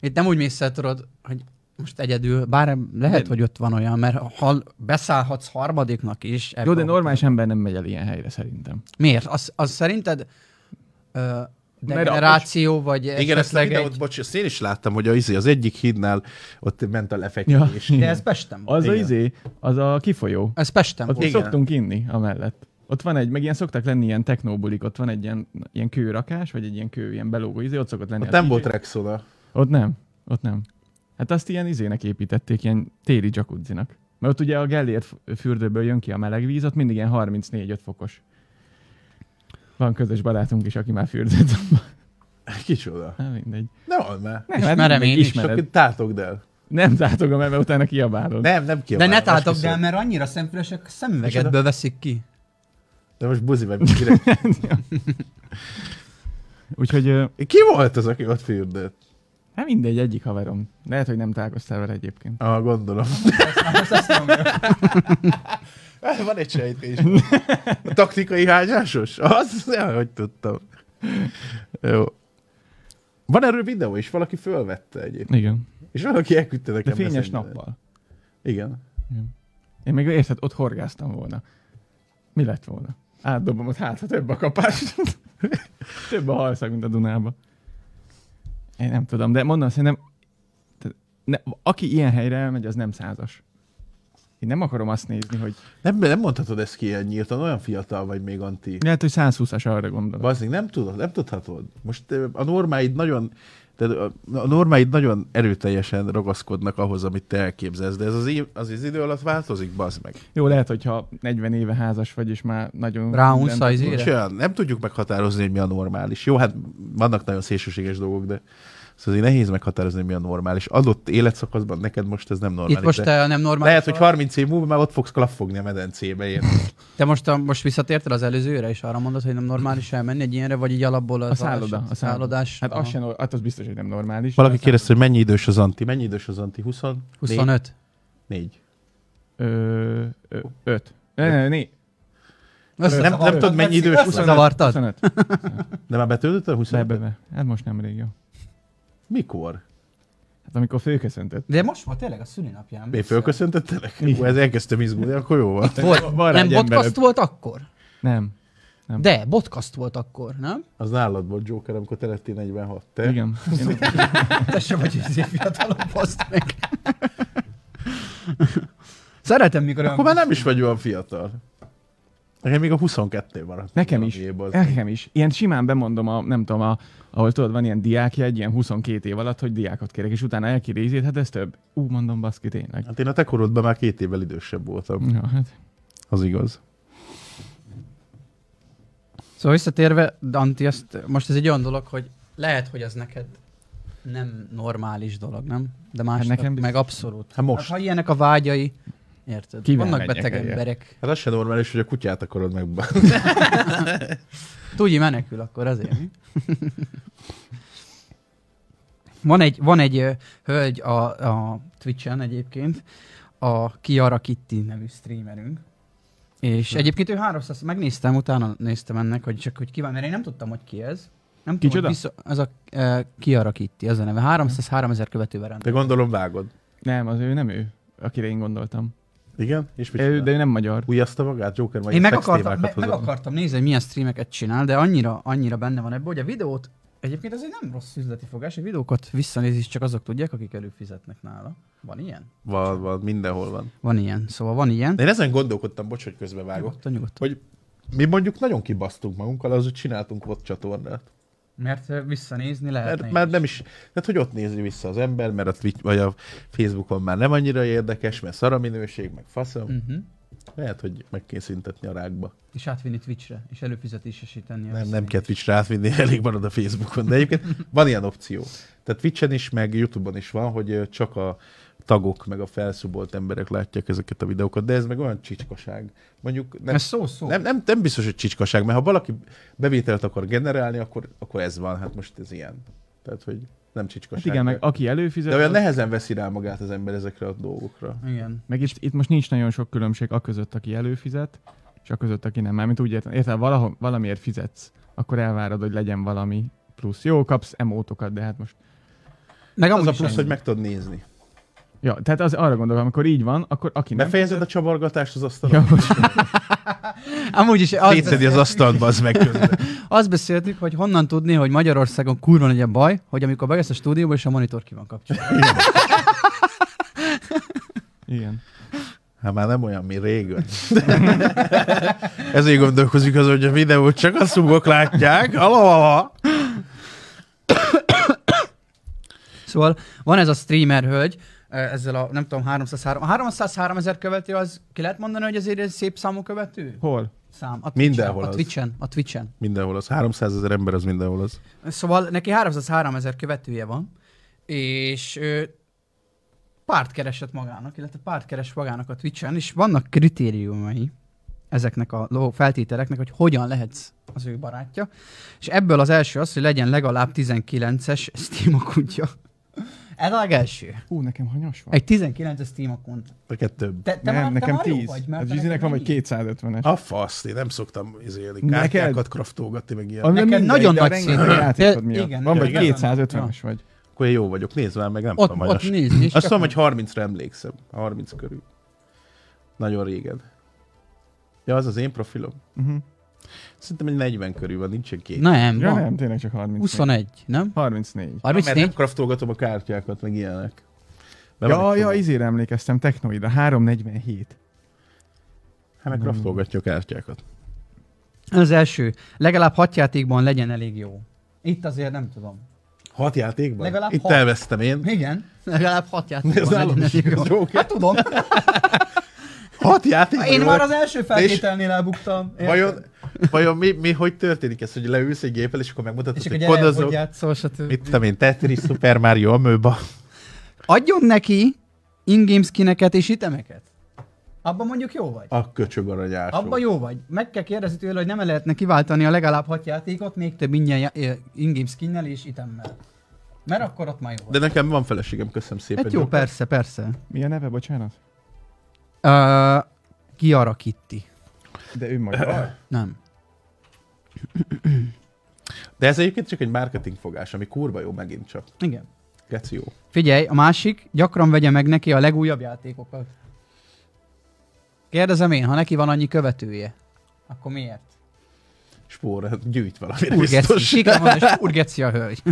S4: Itt nem úgy mész el, tudod, hogy most egyedül, bár lehet,
S3: De-
S4: hogy ott van olyan, mert ha beszállhatsz harmadiknak is... ebbe
S3: jó, de
S4: a-
S3: normális ember nem megy el ilyen helyre szerintem.
S4: Miért? Az, az szerinted ö, degeneráció, vagy
S1: Igen, ezt a
S4: esetleg
S1: videót,
S4: egy...
S1: bocs, ezt én is láttam, hogy a, izé, az egyik hídnál ott ment a lefekvés.
S3: Ja.
S1: Ja.
S4: De ez Pestem.
S3: Az a
S1: Igen.
S3: izé, az a kifolyó.
S4: Ez Pestem
S3: Ott
S4: volt.
S1: Igen.
S3: szoktunk inni amellett. Ott van egy, meg ilyen szoktak lenni ilyen technóbulik, ott van egy ilyen, ilyen kőrakás, vagy egy ilyen kő, ilyen belógó izé, ott szokott lenni.
S1: Ott
S3: a
S1: nem
S3: DJ.
S1: volt Rexona.
S3: Ott nem, ott nem. Hát azt ilyen izének építették, ilyen téli jacuzzinak. Mert ott ugye a Gellért f- fürdőből jön ki a meleg víz, ott mindig ilyen 34-5 fokos. Van közös barátunk is, aki már fürdőt.
S1: Kicsoda.
S3: Hát mindegy.
S1: Nem, az már.
S3: Nem,
S4: Ismerem
S3: hát meg
S4: én is,
S1: Csak
S3: Ismered.
S1: itt tátogd el.
S3: Nem zátogom el, mert utána kiabálod.
S1: Nem, nem
S4: De
S1: kiabálom.
S4: ne táltok
S1: esküszöm.
S4: be, mert annyira szemfülesek szemüvegedből veszik ki.
S1: De most buzi meg mindenkinek.
S3: Úgyhogy ö,
S1: Ki volt az, aki ott fürdött?
S3: hát mindegy, egyik haverom. Lehet, hogy nem találkoztál vele egyébként.
S1: Ah, gondolom.
S4: Most azt mondom,
S1: Ah, Van egy sejtés. A taktikai hányásos? Az? Ja, hogy tudtam. Jó. Van erről videó is, valaki fölvette egyébként.
S3: Igen.
S1: És valaki elküldte nekem.
S3: De fényes
S1: messengerre.
S3: nappal.
S1: Igen.
S3: Igen. Én még érted, ott horgáztam volna. Mi lett volna? Átdobom ott hátra több a kapás. több a halszag, mint a Dunába. Én nem tudom, de mondom, szerintem tehát ne, aki ilyen helyre elmegy, az nem százas. Én nem akarom azt nézni, hogy
S1: Nem, nem mondhatod ezt ki ilyen nyíltan, olyan fiatal vagy még anti.
S3: lehet, hogy 120-as arra gondolok.
S1: Bazzik, nem tudod, nem tudhatod. Most ö, a normáid nagyon, tehát a a normáid nagyon erőteljesen ragaszkodnak ahhoz, amit te elképzelsz, de ez az, év, az, az idő alatt változik, bazd meg.
S3: Jó, lehet, hogyha 40 éve házas vagy, és már nagyon...
S4: Ráunsz
S3: mindent
S4: az
S3: akar.
S1: Nincs olyan, nem tudjuk meghatározni, hogy mi a normális. Jó, hát vannak nagyon szélsőséges dolgok, de szóval azért nehéz meghatározni, hogy mi a normális. Adott életszakaszban neked most ez nem normális.
S4: itt most
S1: de
S4: te nem normális.
S1: lehet, hogy 30 év múlva már ott fogsz klaffogni a medencébe. Ilyen.
S4: Te most, a, most visszatértél az előzőre, és arra mondod, hogy nem normális elmenni egy ilyenre, vagy így alapból az
S3: A szálloda. A szálloda.
S4: szállodás.
S3: Hát
S4: a
S3: az, sem, hát az biztos, hogy nem normális.
S1: Valaki
S3: Aztán-
S1: kérdezte, hogy mennyi idős az Anti. Mennyi idős az Anti? 24?
S4: 25.
S1: Négy.
S3: Ö, ö, öt. Ne, ne, ne,
S1: Nem, nem tudod, mennyi idős?
S4: Zavartad?
S3: 25.
S1: De már betöltött a 25?
S3: Be, be, be. Hát most nem rég, jó.
S1: Mikor?
S3: Hát amikor főköszöntött.
S4: De most volt tényleg a szülinapján.
S1: Én fölköszöntettelek?
S3: Igen.
S1: Hú, ez elkezdtem izgulni, akkor jó van.
S4: Volt.
S3: Van rá
S4: nem
S3: egy
S4: podcast
S3: embered.
S4: volt akkor?
S3: Nem. Nem.
S4: De, podcast volt akkor, nem?
S1: Az nálad volt Joker, amikor te lettél 46. Te?
S3: Igen. Én,
S4: Te sem vagy egy fiatalabb, azt meg. Szeretem, mikor olyan...
S1: Akkor már nem is vagy olyan fiatal. Nekem még a 22 maradt.
S3: Nekem
S1: A
S3: is.
S1: géb az.
S3: Nekem is. Ilyen simán bemondom, a, nem tudom, a, ahol tudod, van ilyen diákjegy, ilyen 22 év alatt, hogy diákot kérek, és utána elkéri ízét, hát ez több. Ú, mondom, baszki, tényleg.
S1: Hát én a te korodban már két évvel idősebb voltam.
S3: Ja, hát.
S1: Az igaz.
S4: Szóval visszatérve, Danti, azt, most ez egy olyan dolog, hogy lehet, hogy ez neked nem normális dolog, nem? De másnak hát
S3: nekem
S4: nekem
S3: biztos.
S4: meg abszolút.
S1: Hát
S4: Most.
S1: most.
S4: Ha ilyenek a vágyai, érted?
S3: Kivel
S4: Vannak
S3: megyek
S4: beteg
S3: egyet?
S4: emberek.
S1: Hát az se normális, hogy a kutyát akarod meg.
S4: Tudj, menekül akkor azért. mi? van egy, van egy ö, hölgy a, a Twitch-en egyébként, a Kiara Kitty nevű streamerünk. És egyébként ő 300, megnéztem, utána néztem ennek, hogy csak hogy ki van, mert én nem tudtam, hogy ki ez. Nem tudom,
S3: Kicsoda?
S4: Hogy viszont, az a uh, Kiara Kitty, az a neve. 303 ezer követővel
S1: De
S4: rendelkezik.
S1: gondolom vágod.
S3: Nem, az ő nem ő, akire én gondoltam.
S1: Igen? És mit
S3: Ő,
S1: csinál?
S3: de ő nem magyar.
S1: Újjazta magát? Joker vagy
S4: Én meg
S1: szex
S4: akartam,
S1: témákat
S4: me, meg
S1: hozott?
S4: akartam nézni, hogy milyen streameket csinál, de annyira, annyira benne van ebbe, hogy a videót, egyébként ez egy nem rossz üzleti fogás, a videókat visszanézés csak azok tudják, akik előfizetnek nála. Van ilyen?
S1: Van, van, mindenhol van.
S4: Van ilyen, szóval van ilyen.
S1: Én ezen gondolkodtam, bocs, hogy közbevágok.
S4: Nyugodtan, nyugodtan.
S1: Hogy mi mondjuk nagyon kibasztunk magunkkal, az, hogy csináltunk ott csatornát.
S4: Mert ö, visszanézni lehet.
S1: Mert már nem is, tehát hogy ott nézi vissza az ember, mert a, Twitch, vagy a Facebookon már nem annyira érdekes, mert szar a minőség, meg faszom. Mm.
S4: Uh-huh.
S1: Lehet, hogy meg kell szüntetni a rákba.
S4: És átvinni Twitchre, és előfizetésesíteni. a
S1: Nem, nem
S4: visszanézést.
S1: kell Twitchre átvinni, elég marad a Facebookon, de egyébként van ilyen opció. Tehát Twitchen is, meg Youtube-on is van, hogy ö, csak a tagok, meg a felszubolt emberek látják ezeket a videókat, de ez meg olyan csicskaság. Mondjuk nem,
S4: Ez szó-szó.
S1: nem, nem, nem biztos, hogy csicskaság, mert ha valaki bevételt akar generálni, akkor, akkor ez van, hát most ez ilyen. Tehát, hogy nem
S3: Hát
S1: csicskaság.
S3: igen, meg
S1: de-
S3: aki előfizet,
S1: De olyan
S3: az-
S1: nehezen veszi rá magát az ember ezekre a dolgokra.
S4: Igen.
S3: Meg itt, itt most nincs nagyon sok különbség a között, aki előfizet, és a között, aki nem. Mármint úgy értem, értem valahol, valamiért fizetsz, akkor elvárod, hogy legyen valami plusz. Jó, kapsz emótokat, de hát most...
S4: Meg
S1: Az
S4: amúgy
S1: a
S4: is
S1: plusz,
S4: ennyi.
S1: hogy meg tudod nézni.
S3: Ja, tehát az, arra gondolok, amikor így van, akkor aki nem...
S1: Befejezed a csavargatást az asztalon?
S3: Ja,
S1: Ja,
S3: most
S4: Amúgy is azt
S1: Szétszedi az
S4: beszéltük-
S1: asztalt, az meg közben.
S4: Azt beszéltük, hogy honnan tudni, hogy Magyarországon kurva nagy a baj, hogy amikor bejössz a stúdióba, és a monitor ki van kapcsolva.
S3: igen.
S1: Hát már nem olyan, mi régen. Ezért gondolkozik az, hogy a videót csak a szubok látják. Alava.
S4: Szóval van ez a streamer hölgy, ö, ezzel a nem tudom, 303, a 303 ezer követő, az ki lehet mondani, hogy azért egy szép számú követő?
S3: Hol?
S4: Szám. A
S1: Mindenhol
S4: A
S1: az.
S4: Twitchen, a Twitchen.
S1: Mindenhol az. 300 ezer ember az mindenhol az.
S4: Szóval neki 303 ezer követője van, és ö, párt keresett magának, illetve párt keres magának a Twitchen, és vannak kritériumai ezeknek a lo- feltételeknek, hogy hogyan lehetsz az ő barátja. És ebből az első az, hogy legyen legalább 19-es Steam akuntja. Ez a legelső.
S3: Hú, nekem hanyas van.
S4: Egy 19-es Steam akunt.
S1: Neked több.
S4: Te, te
S3: nem,
S4: már,
S3: nekem
S4: te már
S3: 10.
S4: Jó vagy, mert
S3: az
S4: te
S3: Zsizinek van,
S4: neked
S3: vagy
S4: ennyi.
S3: 250-es.
S1: A fasz, én nem szoktam izélni.
S3: Neked?
S1: Kártyákat kraftolgatni, meg ilyen.
S3: Ami
S4: nekem
S3: mindegy,
S4: nagyon
S3: de
S4: nagy
S3: rengeteg
S4: szét-
S3: játékod
S4: Te-
S3: miatt.
S4: igen,
S3: Van vagy
S1: igen.
S3: 250-es vagy.
S1: Akkor én jó vagyok. Nézd már meg, nem
S4: Ott,
S1: tudom,
S4: ott
S1: hogy
S4: nézd, és
S1: Azt
S4: csak-
S1: tudom, hogy 30-ra emlékszem. 30 körül. Nagyon régen. Ja, az az én profilom.
S3: Uh-huh.
S1: Szerintem egy 40 körül van, nincsen két.
S4: Nem,
S3: Ja,
S4: van.
S3: nem, tényleg csak 30.
S4: 21, nem?
S3: 34.
S1: Mert nem
S4: 34?
S1: kraftolgatom a kártyákat, meg ilyenek. De van
S3: Ja,
S1: egy
S3: ja,
S1: csomó.
S3: izére emlékeztem, Technoida, 347.
S1: Hát meg kraftolgatja a kártyákat.
S4: Ez az első. Legalább hat játékban legyen elég jó. Itt azért nem tudom.
S1: Hat játékban?
S4: Legalább
S1: Itt
S4: hat.
S1: elvesztem én.
S4: Igen, legalább hat játékban
S1: Ez
S4: legyen
S1: nálam is
S4: elég jó.
S1: igaz, Joker.
S4: Hát tudom,
S1: Hat játékban?
S4: én
S1: jó?
S4: már az első
S1: feltételnél
S4: feltételnél elbuktam.
S1: Vajon, vajon mi, mi, hogy történik ez, hogy leülsz egy géppel, és akkor megmutatod,
S4: És
S1: hogy
S4: akkor gyere,
S1: kodozó.
S4: hogy játszol, Szóval stb.
S1: Mit tudom én, Tetris, Super Mario, Amöba.
S4: Adjon neki in-game skineket és itemeket. Abban mondjuk jó vagy.
S1: A köcsög aranyásó.
S4: Abban jó vagy. Meg kell kérdezni tőle, hogy nem el lehetne kiváltani a legalább hat játékot, még több ingyen já- ö, in-game skinnel és itemmel. Mert akkor ott már jó
S1: De
S4: vagy.
S1: nekem van feleségem, köszönöm szépen.
S4: Hát jó,
S1: Joker.
S4: persze, persze.
S3: Mi a neve, bocsánat?
S4: Uh, Kiara Kitty.
S3: De ő magyar.
S4: Nem.
S1: De ez egyébként csak egy marketing fogás, ami kurva jó megint csak.
S4: Igen.
S1: Geci jó.
S4: Figyelj, a másik, gyakran vegye meg neki a legújabb játékokat. Kérdezem én, ha neki van annyi követője, akkor miért?
S1: Spóra, gyűjt valamit biztos.
S4: Urgeci, igen, van, és urgeci a hölgy.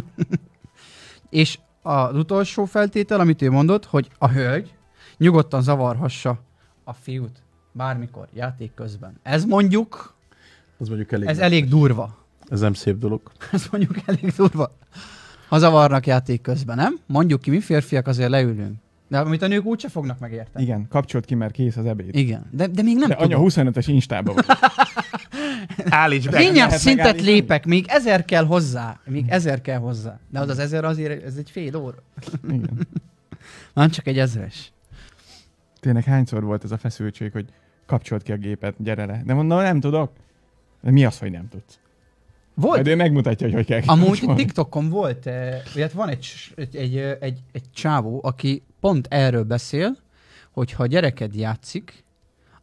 S4: és az utolsó feltétel, amit ő mondott, hogy a hölgy nyugodtan zavarhassa a fiút bármikor játék közben. Ez mondjuk,
S1: Az mondjuk elég.
S4: ez elég durva.
S1: ez nem szép dolog.
S4: Ez mondjuk elég durva. Ha zavarnak játék közben, nem? Mondjuk ki, mi férfiak azért leülünk. De amit a nők úgyse fognak megérteni.
S3: Igen, kapcsolt ki, mert kész az ebéd.
S4: Igen, de, de még nem
S3: De anya
S4: tudom.
S3: 25-es instába vagy.
S1: Állíts
S4: Mindjárt
S3: lehet
S4: szintet
S3: megállítani.
S4: lépek, még ezer kell hozzá. Még ezer kell hozzá. De az az ezer azért, ez egy fél óra.
S3: Igen.
S4: Nem csak egy ezres.
S3: Tényleg hányszor volt ez a feszültség, hogy kapcsolt ki a gépet, gyere le. De mondom, nem tudok. De mi az, hogy nem tudsz? Majd
S4: Volt,
S3: ő megmutatja, hogy hogy kell
S4: amúgy
S3: kikapcsolni.
S4: TikTokon volt, eh, illetve van egy, s- egy, egy, eh, egy, egy csávó, aki pont erről beszél, hogy ha a gyereked játszik,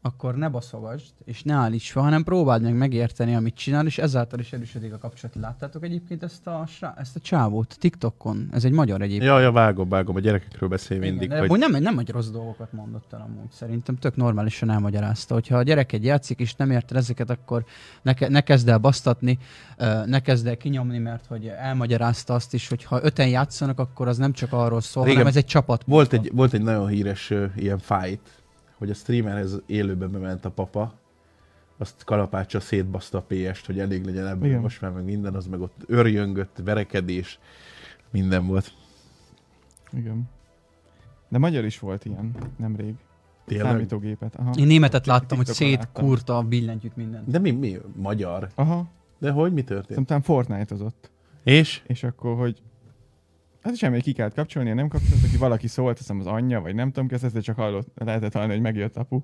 S4: akkor ne baszogasd, és ne állíts fel, hanem próbáld meg megérteni, amit csinál, és ezáltal is erősödik a kapcsolat. Láttátok egyébként ezt a, srá- ezt a csávót TikTokon? Ez egy magyar egyébként.
S1: Ja, ja, vágom, vágom, a gyerekekről beszél mindig,
S4: Igen,
S1: Igen,
S4: de
S1: hogy
S4: amúgy nem, nem hogy rossz dolgokat mondott el amúgy. Szerintem tök normálisan elmagyarázta, hogyha a gyereked játszik és nem érted ezeket, akkor ne, ke- ne kezd el basztatni, ö, ne kezd el kinyomni, mert hogy elmagyarázta azt is, hogy ha öten játszanak, akkor az nem csak arról szól,
S1: Régen-
S4: Régen. hanem ez egy csapat.
S1: volt, egy, volt egy nagyon híres ö, ilyen fight, hogy a streamerhez élőben bement a papa, azt kalapácsa szétbaszta a PS-t, hogy elég legyen ebből,
S3: Igen.
S1: most már meg minden, az meg ott örjöngött, verekedés, minden volt.
S3: Igen. De magyar is volt ilyen nemrég.
S1: Tényleg?
S3: Számítógépet. Aha.
S4: Én németet láttam, hogy
S3: TikTokon láttam.
S4: szétkúrta a billentyűt mindent.
S1: De mi, mi? Magyar.
S3: Aha.
S1: De hogy, mi történt?
S3: Szerintem Fortnite-ozott.
S1: És?
S3: És akkor, hogy Hát semmi ki kellett kapcsolni, nem kapcsolt, aki valaki szólt, hiszem az anyja, vagy nem tudom, kezdett, de csak hallott, lehetett hallani, hogy megjött apu.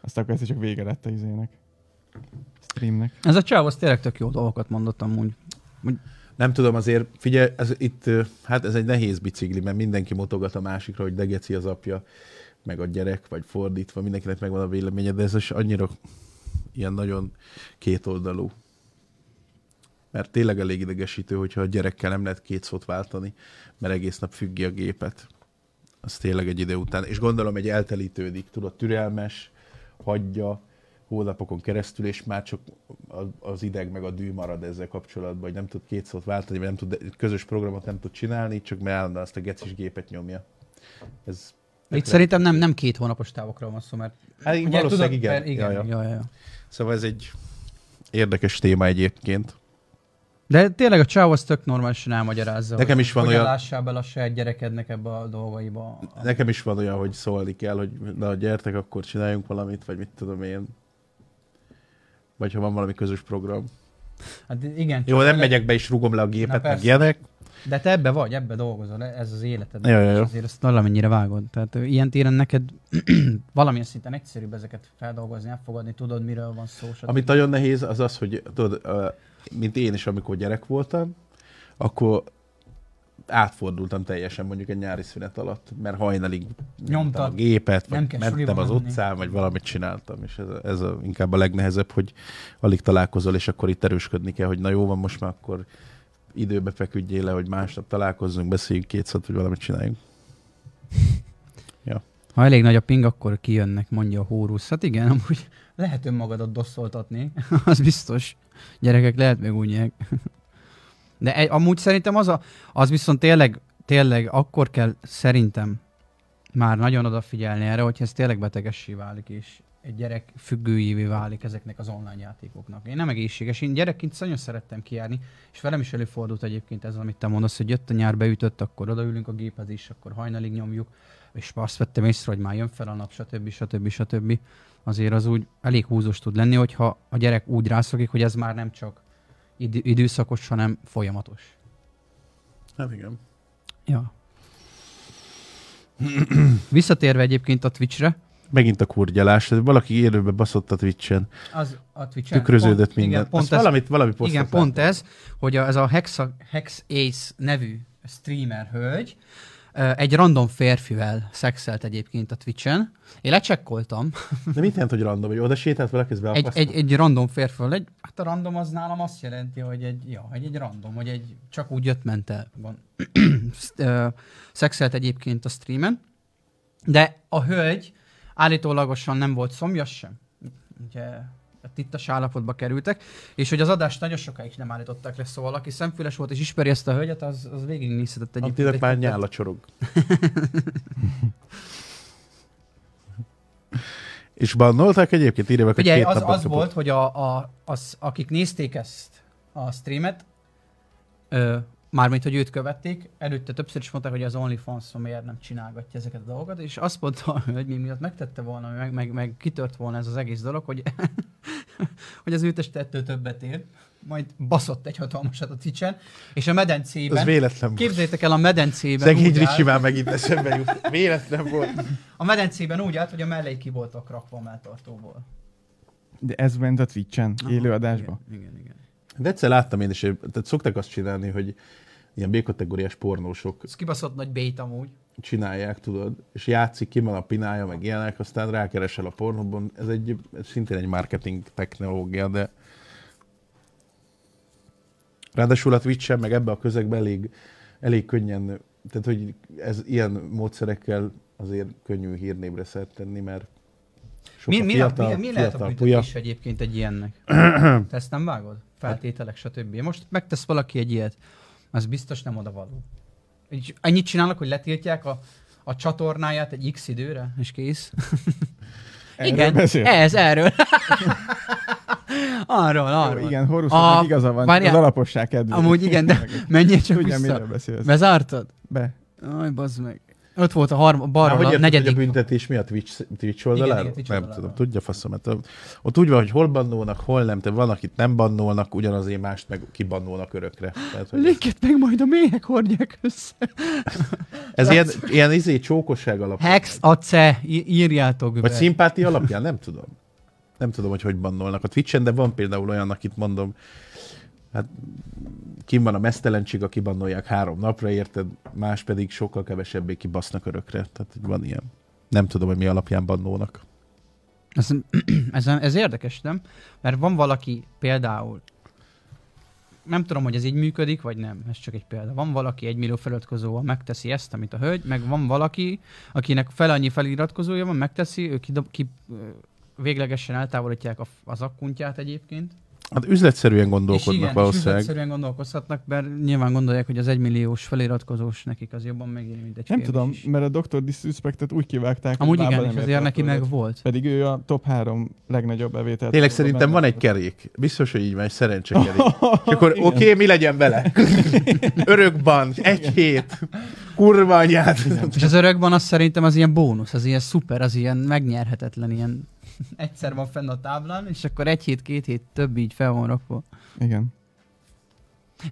S3: Azt akkor ez csak vége lett a izének. Streamnek.
S4: Ez a csáv, az tényleg tök jó dolgokat mondott amúgy.
S1: Nem tudom, azért figyelj, ez itt, ö, hát ez egy nehéz bicikli, mert mindenki mutogat a másikra, hogy degeci az apja, meg a gyerek, vagy fordítva, mindenkinek megvan a véleménye, de ez is annyira ilyen nagyon kétoldalú. Mert tényleg elég idegesítő, hogyha a gyerekkel nem lehet két szót váltani, mert egész nap függi a gépet. Az tényleg egy idő után. És gondolom, egy eltelítődik, tudod, türelmes, hagyja hónapokon keresztül, és már csak a- az ideg meg a dű marad ezzel kapcsolatban, hogy nem tud két szót váltani, vagy nem tud egy közös programot nem tud csinálni, csak mert állandóan azt a gecis gépet nyomja. Ez
S4: Itt szerintem nem, nem két hónapos távokra van szó, mert
S1: Hát, valószínűleg igen.
S4: per- igen,
S1: Ja,
S4: ja,
S1: ja.
S4: ja. Ja, ja.
S1: Szóval ez egy érdekes téma egyébként.
S4: De tényleg a csáv az tök normálisan elmagyarázza.
S1: Nekem
S4: hogy
S1: is van
S4: hogyan
S1: olyan-
S4: lássál bele a saját gyerekednek ebbe a dolgaiba.
S1: Nekem is van olyan, hogy szólni kell, hogy na gyertek, akkor csináljunk valamit, vagy mit tudom én. Vagy ha van valami közös program.
S4: Hát igen,
S1: Jó,
S4: csak
S1: nem
S4: tényleg-
S1: megyek be és rugom le a gépet, meg
S4: persze.
S1: ilyenek.
S4: De te ebbe vagy, ebbe dolgozol, e- ez az életed.
S1: Jó, jó,
S4: és
S1: jó.
S4: azért ezt valamennyire vágod. Tehát ö, ilyen téren neked valamilyen szinten egyszerűbb ezeket feldolgozni, elfogadni, tudod, miről van szó. stb.
S1: Amit nagyon nehéz, az az, hogy tudod, ö, mint én is, amikor gyerek voltam, akkor átfordultam teljesen mondjuk egy nyári szünet alatt, mert hajnalig
S4: Nyomtad.
S1: a gépet,
S4: Nem
S1: vagy
S4: kell
S1: mentem
S4: suliba
S1: az
S4: menni.
S1: utcán, vagy valamit csináltam, és ez, a, ez a, inkább a legnehezebb, hogy alig találkozol, és akkor itt erősködni kell, hogy na jó van, most már akkor időbe feküdjél le, hogy másnap találkozzunk, beszéljünk kétszor, hogy valamit csináljunk.
S4: Ha elég nagy a ping, akkor kijönnek, mondja a hórusz. Hát igen, amúgy lehet önmagadat dosszoltatni, az biztos. Gyerekek lehet meg unják. De egy, amúgy szerintem az, a, az viszont tényleg, tényleg akkor kell szerintem már nagyon odafigyelni erre, hogyha ez tényleg betegessé válik, és egy gyerek függőjévé válik ezeknek az online játékoknak. Én nem egészséges, én gyerekként nagyon szerettem kijárni, és velem is előfordult egyébként ez, amit te mondasz, hogy jött a nyár beütött, akkor odaülünk a géphez is, akkor hajnalig nyomjuk, és azt vettem észre, hogy már jön fel a nap, stb. stb. stb. Azért az úgy elég húzós tud lenni, hogyha a gyerek úgy rászokik, hogy ez már nem csak id- időszakos, hanem folyamatos.
S1: Hát igen.
S4: Ja. Visszatérve egyébként a Twitchre,
S1: Megint a kurgyalás, valaki élőbe baszott a Twitch-en,
S4: az a Twitch
S1: tükröződött minden.
S4: Igen, pont
S1: Azt
S4: ez,
S1: valamit, valami posztot
S4: igen, pont ez, hogy a- ez a Hexa, Hex Ace nevű streamer hölgy ö, egy random férfivel szexelt egyébként a Twitchen. Én lecsekkoltam,
S1: De mit jelent, hogy random, hogy oda sétált valaki, ez
S4: egy,
S1: beakasztott?
S4: egy, egy random férföl, egy, hát a random az nálam azt jelenti, hogy egy, ja, hogy egy random, hogy egy csak úgy jött ment el. Van. Szt- ö, Szexelt egyébként a streamen, de a hölgy állítólagosan nem volt szomjas sem. Ugye tehát tittas állapotba kerültek, és hogy az adást nagyon sokáig nem állították le, szóval aki szemfüles volt és ismeri ezt a hölgyet, az, az végignézhetett egyébként.
S1: Antinak
S4: egy
S1: már
S4: kettőt.
S1: nyála csorog. És bannolták egyébként, írja meg, hogy
S4: Ugye
S1: két
S4: az,
S1: napot
S4: az
S1: kapott.
S4: volt, hogy a, a, az, akik nézték ezt a streamet, ö, mármint, hogy őt követték, előtte többször is mondták, hogy az OnlyFans miért nem csinálgatja ezeket a dolgokat, és azt mondta, hogy mi miatt megtette volna, meg, meg, meg kitört volna ez az egész dolog, hogy, hogy az őtes tettől többet ér, majd baszott egy hatalmasat a Twitchen, és a
S1: Ez
S4: medencében,
S1: véletlen volt.
S4: képzeljétek el a medencében
S1: Szegény
S4: úgy állt-
S1: Ricsi már megint eszembe jut. Véletlen volt.
S4: a medencében úgy állt, hogy a mellé ki voltak rakva a melltartóból.
S3: De ez ment a Twitch-en, élőadásba.
S2: Igen, igen. igen.
S1: De egyszer láttam én is, tehát szokták azt csinálni, hogy ilyen B-kategóriás pornósok
S4: Ez kibaszott nagy bét amúgy.
S1: csinálják, tudod, és játszik ki van a pinája, meg ilyenek, aztán rákeresel a pornóban. Ez egy ez szintén egy marketing technológia, de ráadásul a twitch sem, meg ebbe a közegbe elég, elég könnyen, tehát hogy ez ilyen módszerekkel azért könnyű hírnébre szert tenni, mert sok
S4: Mi,
S1: a
S4: mi,
S1: fiatal,
S4: mi, mi lehet a
S1: fiatal puja.
S4: büntetés egyébként egy ilyennek? Te ezt nem vágod? Feltételek, stb. Most megtesz valaki egy ilyet, az biztos nem oda való. Így annyit csinálnak, hogy letiltják a, a csatornáját egy x időre, és kész.
S3: Erről
S4: igen, E-
S3: beszél?
S4: ez, erről. arról,
S3: Jó,
S4: arról.
S3: igen, Horusnak
S4: A-
S3: igaza van,
S4: várjál.
S3: az alaposság kedvéért.
S2: Amúgy igen, de menjél csak
S3: Tudja, miről
S2: vissza.
S3: beszélsz.
S2: Bezártad?
S3: Be.
S2: Aj, bazd meg.
S4: Ott volt a harm-
S1: Már hogy
S4: balról, a
S1: érted,
S4: negyedik.
S1: hogy a büntetés mi a Twitch, Twitch oldalára?
S4: igen, Twitch
S1: nem
S4: oldaláról.
S1: tudom, tudja faszom. Mert ö, ott úgy van, hogy hol bannolnak, hol nem. Te van, akit nem bannolnak, ugyanazért mást meg kibannolnak örökre. Tehát, hogy
S2: Linket meg majd a méhek hordják össze.
S1: ez ilyen, ilyen izé, csókosság alapján.
S4: Hex, ace, í- írjátok
S1: Vagy
S4: be.
S1: szimpátia alapján, nem tudom. Nem tudom, hogy hogy bannolnak a Twitchen, de van például olyan, akit mondom, hát kim van a mesztelencsig, aki bannolják három napra, érted? Más pedig sokkal kevesebbé kibasznak örökre. Tehát hogy van ilyen. Nem tudom, hogy mi alapján bannolnak.
S4: Ez, ez, ez érdekes, nem? Mert van valaki például, nem tudom, hogy ez így működik, vagy nem, ez csak egy példa. Van valaki egy millió feliratkozóval megteszi ezt, amit a hölgy, meg van valaki, akinek fel annyi feliratkozója van, megteszi, ő kidob, ki, ö, véglegesen eltávolítják a, f- az akkuntját egyébként.
S1: Hát üzletszerűen
S4: és
S1: gondolkodnak
S4: igen, És
S1: valószínűleg.
S4: üzletszerűen gondolkozhatnak, mert nyilván gondolják, hogy az egymilliós feliratkozós nekik az jobban megéri, mint egy
S3: Nem
S4: félmilliós
S3: tudom,
S4: is.
S3: mert a Dr. Disrespectet úgy kivágták, hogy
S4: Amúgy
S3: lába
S4: igen,
S3: nem
S4: és
S3: ért
S4: azért
S3: el
S4: neki
S3: tőle.
S4: meg volt.
S3: Pedig ő a top három legnagyobb bevételt.
S1: Tényleg
S3: hozó
S1: szerintem
S3: benne
S1: van egy
S3: volt.
S1: kerék. Biztos, hogy így van, egy szerencsekerék. És akkor oké, okay, mi legyen vele? Örökban, egy hét, kurva anyád.
S4: És az örökban az szerintem az ilyen bónusz, az ilyen szuper, az ilyen megnyerhetetlen, ilyen egyszer van fenn a táblán, és akkor egy hét, két hét több így fel van rakva.
S3: Igen.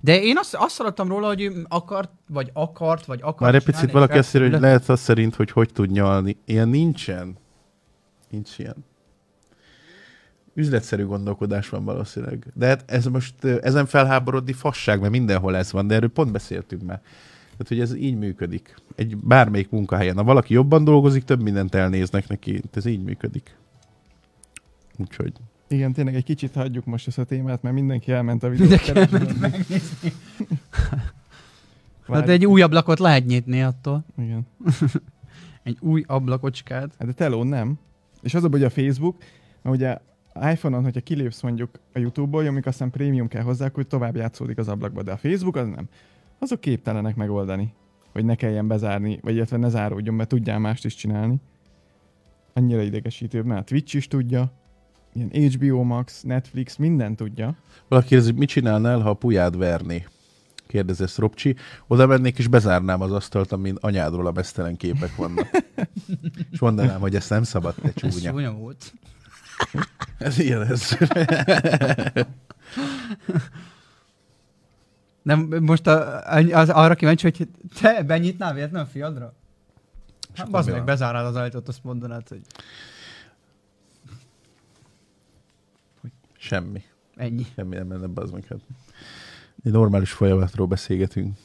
S4: De én azt, azt hallottam róla, hogy ő akart, vagy akart, vagy akart
S1: Már egy picit
S4: csinálni
S1: valaki azt írja, hogy
S4: felszülött-
S1: lehet az szerint, hogy hogy tud nyalni. Ilyen nincsen. Nincs ilyen. Üzletszerű gondolkodás van valószínűleg. De hát ez most, ö, ezen felháborodni fasság, mert mindenhol ez van, de erről pont beszéltünk már. Tehát, hogy ez így működik. Egy bármelyik munkahelyen. Ha valaki jobban dolgozik, több mindent elnéznek neki. Ez így működik. Úgyhogy.
S3: Igen, tényleg egy kicsit hagyjuk most ezt a témát, mert mindenki elment a
S4: Mindenki
S3: videót.
S4: elment megnézni. Hát egy új ablakot lehet nyitni attól.
S3: Igen.
S4: Egy új ablakocskát.
S3: Hát de teló nem. És az a baj, hogy a Facebook, mert ugye iPhone-on, hogyha kilépsz mondjuk a YouTube-ból, amik aztán prémium kell hozzá, akkor tovább játszódik az ablakba, de a Facebook az nem. Azok képtelenek megoldani, hogy ne kelljen bezárni, vagy illetve ne záródjon, mert tudjál mást is csinálni. Annyira idegesítő, mert a Twitch is tudja, ilyen HBO Max, Netflix, minden tudja.
S1: Valaki kérdezi, mit csinálnál, ha a pujád verni? Kérdezi ezt Robcsi. Oda mennék és bezárnám az asztalt, amin anyádról a mesztelen képek vannak. és mondanám, hogy ezt nem szabad, te
S4: Ez
S1: csúnya.
S4: csúnya volt.
S1: Ez ilyen ez.
S4: De most a, az, arra kíváncsi, hogy te benyitnál véletlenül a fiadra? Hát, bazd meg, bezárnád az ajtót, azt mondanád, hogy
S1: Semmi.
S4: ennyi.
S1: Semmi nem menne be az meg. hát. Egy normális folyamatról beszélgetünk.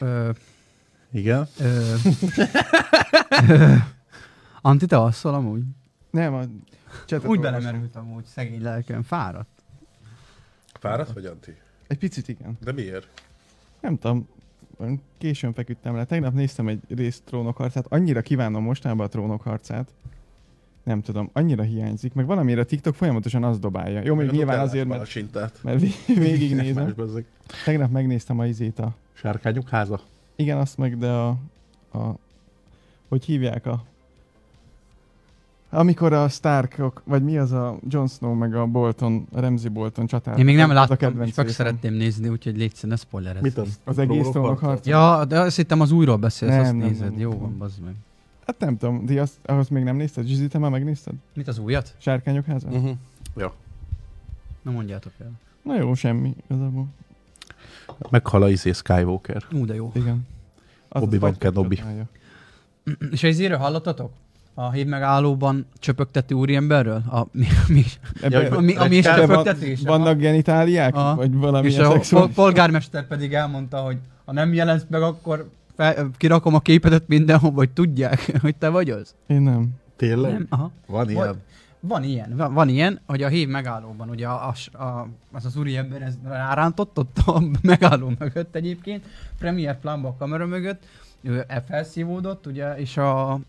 S4: Ö,
S1: Igen.
S4: ö, ö, Anti, te alszol amúgy?
S3: Nem, a csetet
S4: Úgy
S3: olvasom.
S4: belemerült amúgy, szegény lelkem, fáradt.
S1: Fáradt vagy, Anti?
S3: Egy picit igen.
S1: De miért?
S3: Nem tudom, olyan későn feküdtem le. Tegnap néztem egy részt trónokharcát, annyira kívánom mostanában a trónokharcát. nem tudom, annyira hiányzik, meg valamiért a TikTok folyamatosan azt dobálja. Jó, még nyilván azért, mert,
S1: Palacintát.
S3: mert vég- végignézem.
S1: Más bazzeg.
S3: Tegnap megnéztem a izét a...
S1: Sárkányok háza.
S3: Igen, azt meg, de a... a hogy hívják a... Amikor a Starkok, vagy mi az a Jon Snow meg a Bolton, a Ramsey Bolton csatár.
S4: Én még nem
S3: Az a
S4: láttam,
S3: kedvenc
S4: és meg
S3: részem.
S4: szeretném nézni, úgyhogy légy színe, ne spoilerezz.
S1: Mit az?
S3: Az egész trónok
S1: Trónokharc?
S3: harca.
S4: Ja, de azt hittem az újról beszélsz,
S3: Nem,
S4: azt
S3: nem,
S4: nézed.
S3: nem,
S4: Jó
S3: nem.
S4: van, bazd meg.
S3: Hát nem tudom, de azt, ahhoz még nem nézted? Zsizi, te már megnézted?
S4: Mit az újat?
S3: Sárkányok háza?
S1: Mhm. Ja.
S4: Na mondjátok el.
S3: Na jó, semmi igazából.
S1: Meghal a izé Skywalker.
S4: Ú, de jó.
S3: Igen. Az
S1: Obi-Wan
S3: az aktor
S1: Kenobi.
S3: csinálja.
S4: És az íről hallottatok? A hív megállóban csöpögtető úriemberről? A, mi, mi,
S1: Ja,
S3: Ebben-
S1: ja.
S4: a, mi, ami is
S1: Egy
S4: csöpögtetés? Aha.
S3: Vannak genitáliák?
S4: Aha.
S3: Vagy valami
S4: És a pol-
S3: szexuális?
S4: polgármester pedig elmondta, hogy ha nem jelensz meg, akkor fel, kirakom a képedet mindenhol, vagy tudják, hogy te vagy az.
S3: Én nem.
S1: Tényleg?
S4: Nem? Aha.
S1: Van ilyen?
S4: Van ilyen, van, van ilyen, hogy a hív megállóban, ugye a, a, a, az az úri ember ez rárántott ott a megálló mögött egyébként, premier plánba a kamera mögött, ő e- felszívódott, ugye, és a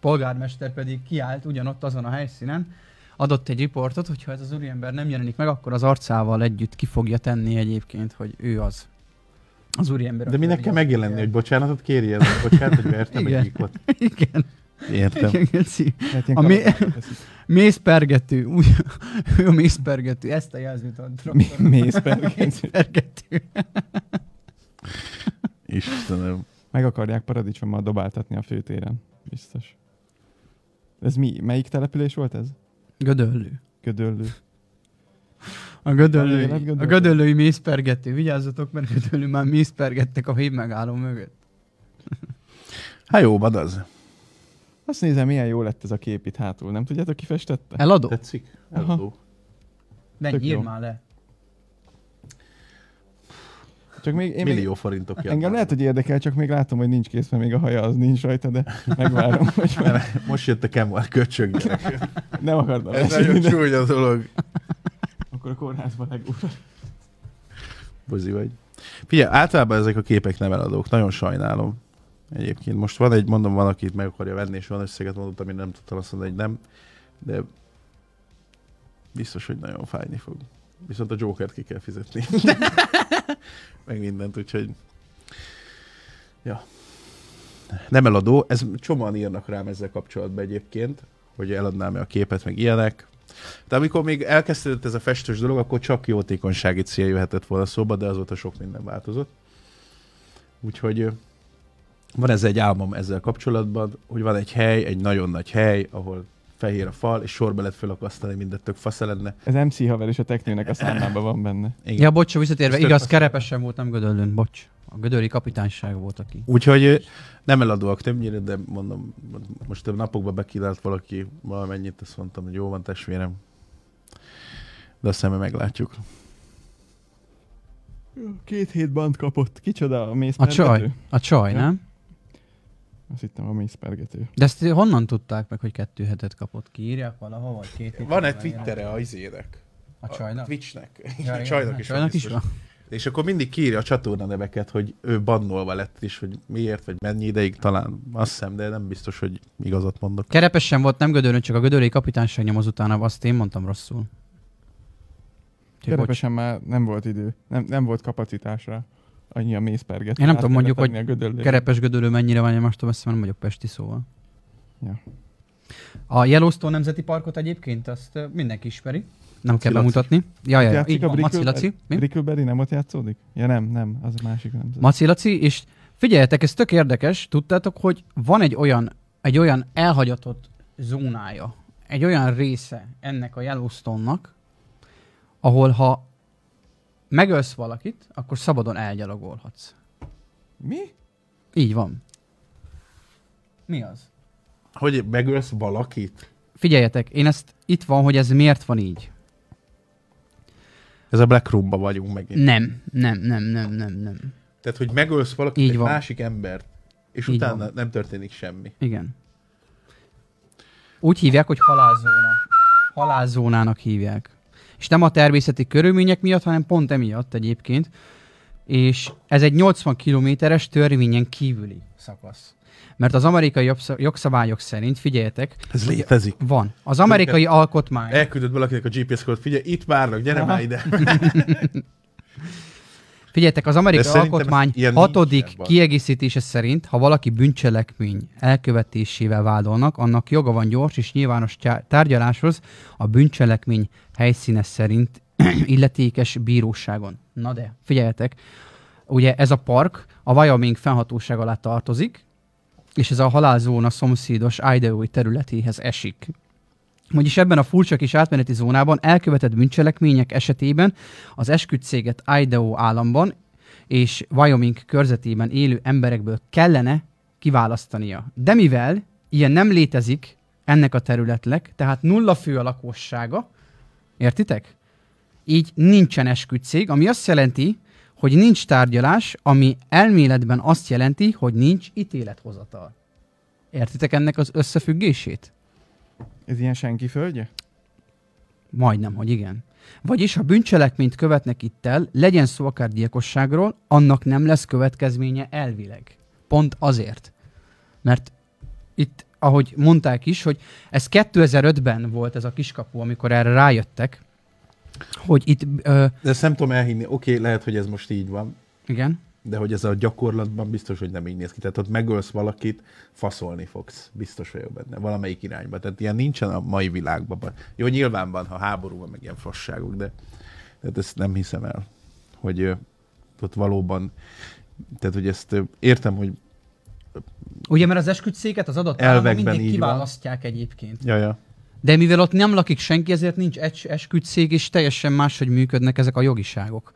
S4: polgármester pedig kiállt ugyanott azon a helyszínen, adott egy riportot, hogyha ez az úriember nem jelenik meg, akkor az arcával együtt ki fogja tenni egyébként, hogy ő az. Az úriember.
S1: De
S4: aki
S1: minek
S4: ugye
S1: kell
S4: azt
S1: megjelenni, hogy
S4: kell.
S1: bocsánatot kérjen? Bocsánat, hogy vertem
S4: Igen.
S1: egy gyíkot.
S4: Igen,
S1: Értem.
S4: igen, geci.
S3: Lehet Hát ilyen
S4: A mi-
S3: kalapácsot teszik.
S4: Mészpergető, úgy, ő a mészpergető, ezt a jelzőt ad.
S3: Mi- Mész pergető.
S4: Mészpergető.
S1: Istenem.
S3: Meg akarják paradicsommal dobáltatni a főtéren. Biztos. Ez mi? Melyik település volt ez?
S4: Gödöllő.
S3: Gödöllő.
S4: A
S3: Van
S4: gödöllői,
S3: élet Gödöllő?
S4: a gödöllői mészpergető. Vigyázzatok, mert gödöllő már mészpergettek a hív megálló mögött.
S1: Hát jó, van az.
S3: Azt nézem, milyen jó lett ez a kép itt hátul. Nem tudjátok, ki festette?
S4: Eladó?
S1: Tetszik?
S3: Aha.
S1: Eladó.
S4: Ne
S3: tök
S4: nyír
S3: jó.
S4: már le.
S3: Csak még, én még,
S1: Millió forintok
S3: engem lehet, hogy érdekel, csak még látom, hogy nincs kész, mert még a haja az nincs rajta, de megvárom, hogy már
S1: Most jött a Kemwar köcsög. gyerekek.
S3: nem akartam.
S1: Ez
S3: esni,
S1: nagyon
S3: de-
S1: csúnya dolog.
S3: Akkor a kórházba legúr.
S1: Buzi vagy. Figyelj, általában ezek a képek nem eladók. Nagyon sajnálom. Egyébként most van egy, mondom, van, akit meg akarja venni, és van összeget mondott, amire nem tudtam azt mondani, hogy nem. De biztos, hogy nagyon fájni fog. Viszont a Jokert ki kell fizetni. Meg mindent, úgyhogy... Ja. Nem eladó. Ez csomóan írnak rám ezzel kapcsolatban egyébként, hogy eladnám-e a képet, meg ilyenek. De amikor még elkezdődött ez a festős dolog, akkor csak jótékonysági cél jöhetett volna szóba, de azóta sok minden változott. Úgyhogy ö, van ez egy álmom ezzel kapcsolatban, hogy van egy hely, egy nagyon nagy hely, ahol fehér a fal, és sorba lehet felakasztani, mindent tök fasz lenne.
S3: Ez MC haver és a teknőnek a számlában van benne.
S1: Igen.
S4: Ja, bocs, visszatérve,
S1: Ez tök
S4: igaz,
S1: fasz.
S4: kerepesen voltam gödöllőn, bocs. A gödöli kapitányság volt, aki.
S1: Úgyhogy ö, nem eladóak többnyire, de mondom, most a napokban bekínált valaki valamennyit, azt mondtam, hogy jó van testvérem. De aztán majd meglátjuk.
S3: Két hét band kapott. Kicsoda a
S4: A
S3: mészpergető?
S4: csaj, a csaj,
S3: Ja.
S4: nem?
S3: Azt hittem a mészpergető.
S4: De ezt honnan tudták meg, hogy kettő hetet kapott? Kiírják valahol, vagy két hétet?
S1: Van-e
S4: Vagy
S1: Twittere a izének?
S4: A csajnak?
S1: Twitchnek.
S4: Ja,
S1: a
S4: igen,
S1: csajnak
S4: a
S1: is.
S4: Csajnak
S1: biztos.
S4: is van.
S1: És akkor mindig kiírja a csatorna neveket, hogy ő bannolva lett is, hogy miért, vagy mennyi ideig talán. Azt hiszem, de nem biztos, hogy igazat mondok.
S4: Kerepesen volt, nem gödörön, csak a gödöri kapitányság nyomoz utána, azt én mondtam rosszul. Úgyhogy bocs.
S3: Terepesen már nem volt idő. Nem, nem volt kapacitásra annyi a mészpergető.
S4: Én nem
S3: Át
S4: tudom, mondjuk,
S3: kellett adni a Kerep...
S4: Kerepes gödölő mennyire van, én most tudom, azt hiszem, nem vagyok pesti szóval.
S3: Ja.
S4: A Yellowstone Nemzeti Parkot egyébként azt ö, mindenki ismeri. Nem kell
S1: Laci.
S4: bemutatni. Ja, ja, ja.
S3: Játszik
S4: Így
S3: a
S4: van, Maci
S3: Brickle-
S4: Laci. Mi?
S3: Brickleberry nem ott játszódik? Ja nem, nem, az a másik nem.
S4: Maci Laci, és figyeljetek, ez tök érdekes, tudtátok, hogy van egy olyan, egy olyan elhagyatott zónája, egy olyan része ennek a Yellowstone-nak, ahol ha megölsz valakit, akkor szabadon elgyalogolhatsz.
S3: Mi?
S4: Így van. Mi az?
S1: Hogy megölsz valakit?
S4: Figyeljetek, én ezt itt van, hogy ez miért van így.
S1: Ez a Black Room-ba vagyunk megint.
S4: Nem, nem, nem, nem, nem, nem.
S1: Tehát, hogy megölsz valakit,
S4: Így
S1: egy
S4: van.
S1: másik embert, és
S4: Így
S1: utána
S4: van.
S1: nem történik semmi.
S4: Igen. Úgy hívják, hogy halálzóna. Halálzónának hívják. És nem a természeti körülmények miatt, hanem pont emiatt egyébként. és ez egy 80 kilométeres törvényen kívüli szakasz. Mert az amerikai jogsz- jogszabályok szerint, figyeljetek,
S1: Ez létezik.
S4: van. Az amerikai alkotmány.
S1: Elküldött valakinek a GPS kódot, figyelj, itt várnak, gyere
S4: Aha.
S1: már ide.
S4: Figyeljetek, az amerikai
S1: szerintem
S4: alkotmány
S1: ilyen nincs
S4: hatodik
S1: ebben.
S4: kiegészítése szerint, ha valaki bűncselekmény elkövetésével vádolnak, annak joga van gyors és nyilvános tyá- tárgyaláshoz a bűncselekmény helyszíne szerint illetékes bíróságon. Na de, figyeljetek, ugye ez a park a Wyoming fennhatóság alá tartozik, és ez a halálzóna szomszédos Idaho területéhez esik. Vagyis ebben a furcsa kis átmeneti zónában elkövetett bűncselekmények esetében az esküdtséget Idaho államban és Wyoming körzetében élő emberekből kellene kiválasztania. De mivel ilyen nem létezik ennek a területnek, tehát nulla fő a lakossága, értitek? Így nincsen esküdtség, ami azt jelenti, hogy nincs tárgyalás, ami elméletben azt jelenti, hogy nincs ítélethozatal. Értitek ennek az összefüggését?
S3: Ez ilyen senki földje?
S4: Majdnem, hogy igen. Vagyis, ha bűncselekményt követnek itt el, legyen szó akár gyilkosságról, annak nem lesz következménye elvileg. Pont azért. Mert itt, ahogy mondták is, hogy ez 2005-ben volt ez a kiskapu, amikor erre rájöttek, hogy itt, ö,
S1: De ezt nem tudom elhinni. Oké, okay, lehet, hogy ez most így van,
S4: igen,
S1: de hogy ez a gyakorlatban biztos, hogy nem így néz ki. Tehát ott megölsz valakit, faszolni fogsz. Biztos vagyok benne. Valamelyik irányba. Tehát ilyen nincsen a mai világban. Ba- Jó, nyilván van, ha háború van, meg ilyen fasságok, de tehát ezt nem hiszem el, hogy ö, ott valóban tehát, hogy ezt ö, értem, hogy
S4: Ugye, mert az esküdtszéket az adott
S1: Elvekben
S4: államban mindig
S1: így van.
S4: kiválasztják egyébként.
S1: jaja.
S4: De mivel ott nem lakik senki, ezért nincs egy esküdtszék, és teljesen máshogy működnek ezek a jogiságok.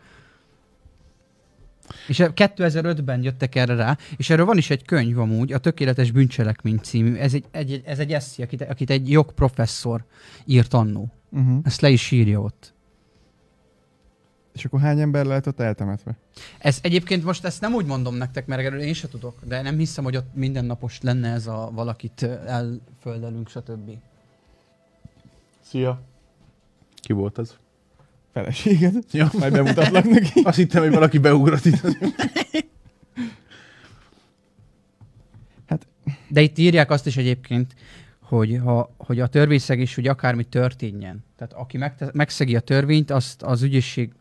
S4: És e- 2005-ben jöttek erre rá, és erről van is egy könyv amúgy, a Tökéletes Bűncselekmény című. Ez egy, egy, egy, ez egy eszi, akit, akit egy jogprofesszor írt annó.
S3: Uh-huh.
S4: Ezt le is írja ott.
S3: És akkor hány ember lehet ott eltemetve?
S4: Ez egyébként most ezt nem úgy mondom nektek, mert erről én se tudok, de nem hiszem, hogy ott mindennapos lenne ez a valakit elföldelünk, stb.
S1: Szia! Ki volt az?
S3: Feleséged?
S1: Ja.
S3: Majd bemutatlak neki.
S1: Azt hittem, hogy valaki beugrott itt.
S4: De itt írják azt is egyébként, hogy, ha, hogy a törvényszegés, hogy akármi történjen. Tehát aki megte- megszegi a törvényt, azt az ügyészség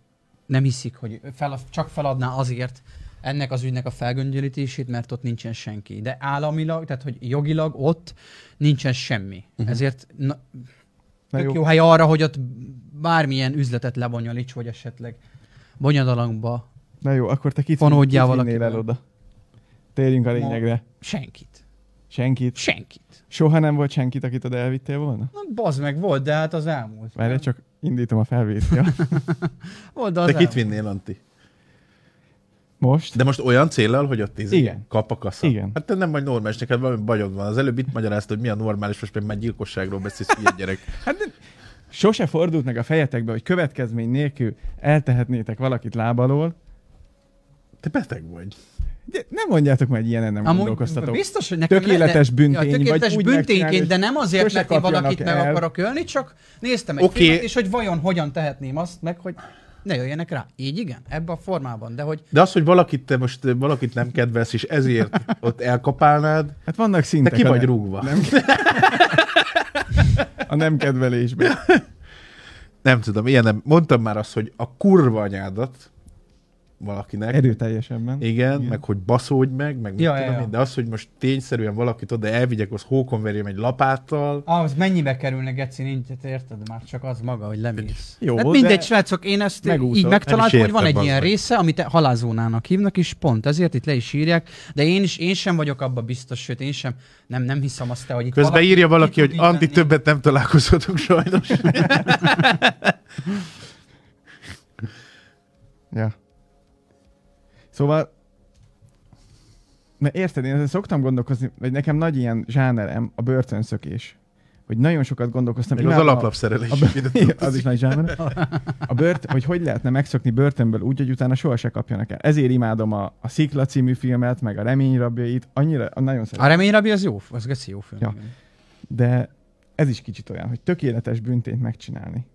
S4: nem hiszik, hogy fel, csak feladná azért ennek az ügynek a felgöngyölítését, mert ott nincsen senki. De államilag, tehát hogy jogilag ott nincsen semmi. Uh-huh. Ezért na,
S3: Na
S4: tök jó.
S3: jó.
S4: jó hely arra, hogy ott bármilyen üzletet lebonyolíts, vagy esetleg bonyodalomba
S3: Na jó, akkor te kit,
S4: Fonódjál
S3: kit
S4: valakivel.
S3: vinnél el oda? Térjünk a lényegre.
S4: senkit.
S3: Senkit.
S4: Senkit.
S3: Soha nem volt senkit, akit oda elvittél volna?
S4: Na, bazd meg, volt, de hát az elmúlt.
S3: Várj, csak indítom a felvételt.
S4: Volt, de az
S1: Te kit
S4: elmúlt.
S1: vinnél, Anti?
S3: Most?
S1: De most olyan célral, hogy ott izé
S3: Igen.
S1: kap a kasza.
S3: Igen.
S1: Hát te nem vagy normális, neked valami bajod van. Az előbb itt magyaráztad, hogy mi a normális, most meg már gyilkosságról beszélsz, ilyen gyerek.
S3: Sose fordult meg a fejetekbe, hogy következmény nélkül eltehetnétek valakit lábalól.
S1: Te beteg vagy.
S3: De nem mondjátok meg, hogy ilyenen nem Amúgy gondolkoztatok.
S4: Biztos, hogy nekem
S3: Tökéletes
S4: lenne-
S3: bűntény,
S4: Ja, tökéletes
S3: vagy úgy
S4: bűntényként,
S3: megcsinálni,
S4: de nem azért,
S3: sose
S4: mert én
S3: kapjanak
S4: valakit meg
S3: el.
S4: akarok ölni, csak néztem egy
S1: Oké.
S4: filmet, és hogy vajon hogyan tehetném azt meg, hogy ne jöjjenek rá. Így igen, ebben a formában, de hogy
S1: De az, hogy valakit te most eh, valakit nem kedvelsz, és ezért ott elkapálnád,
S3: Hát vannak
S1: te
S3: szintek.
S1: ki
S3: a
S1: vagy
S3: nem-
S1: rúgva. Nem.
S3: A nem kedvelésben.
S1: nem tudom, ilyen nem. Mondtam már azt, hogy a kurva anyádat valakinek.
S3: Erőteljesebben.
S1: Igen,
S3: Igen.
S1: Igen, meg hogy baszódj meg, meg mit
S4: Ja,
S1: tudom
S4: ja, ja.
S1: én, de az, hogy most tényszerűen valakit oda elvigyek, az hókon verjem egy lapáttal.
S4: az mennyibe kerülne, Geci, nincs, hát érted már, csak az maga, hogy lemész.
S3: Jó,
S4: hát
S3: de-
S4: mindegy, srácok, én ezt
S3: Megúszod.
S4: így
S3: Nem
S4: megtaláltam,
S1: is
S4: hogy van
S1: érted,
S4: egy ilyen
S1: bazd meg.
S4: része, amit halázónának hívnak, és pont ezért itt le is írják, de én is, én sem vagyok abban biztos, sőt, én sem, nem, nem hiszem azt, te, hogy itt
S1: Közben valaki, írja
S4: ki
S1: valaki,
S4: tud
S1: hogy
S4: így
S1: Anti,
S4: menni.
S1: többet nem találkozhatunk sajnos.
S3: Ja. Szóval, mert érted, én ezen szoktam gondolkozni, vagy nekem nagy ilyen zsánerem a börtönszökés. Hogy nagyon sokat gondolkoztam.
S1: Meg az
S3: imádom a-
S1: alaplap szerelés.
S3: A bör... az is nagy zsáner. A bört... Hogy hogy lehetne megszokni börtönből úgy, hogy utána soha se kapjanak el. Ezért imádom a, a Szikla című filmet, meg a Remény rabjait. Annyira, nagyon
S4: A
S3: szeretem.
S4: reményrabi az jó, az Geci jó film.
S3: Ja.
S4: igen.
S3: De ez is kicsit olyan, hogy tökéletes büntényt megcsinálni.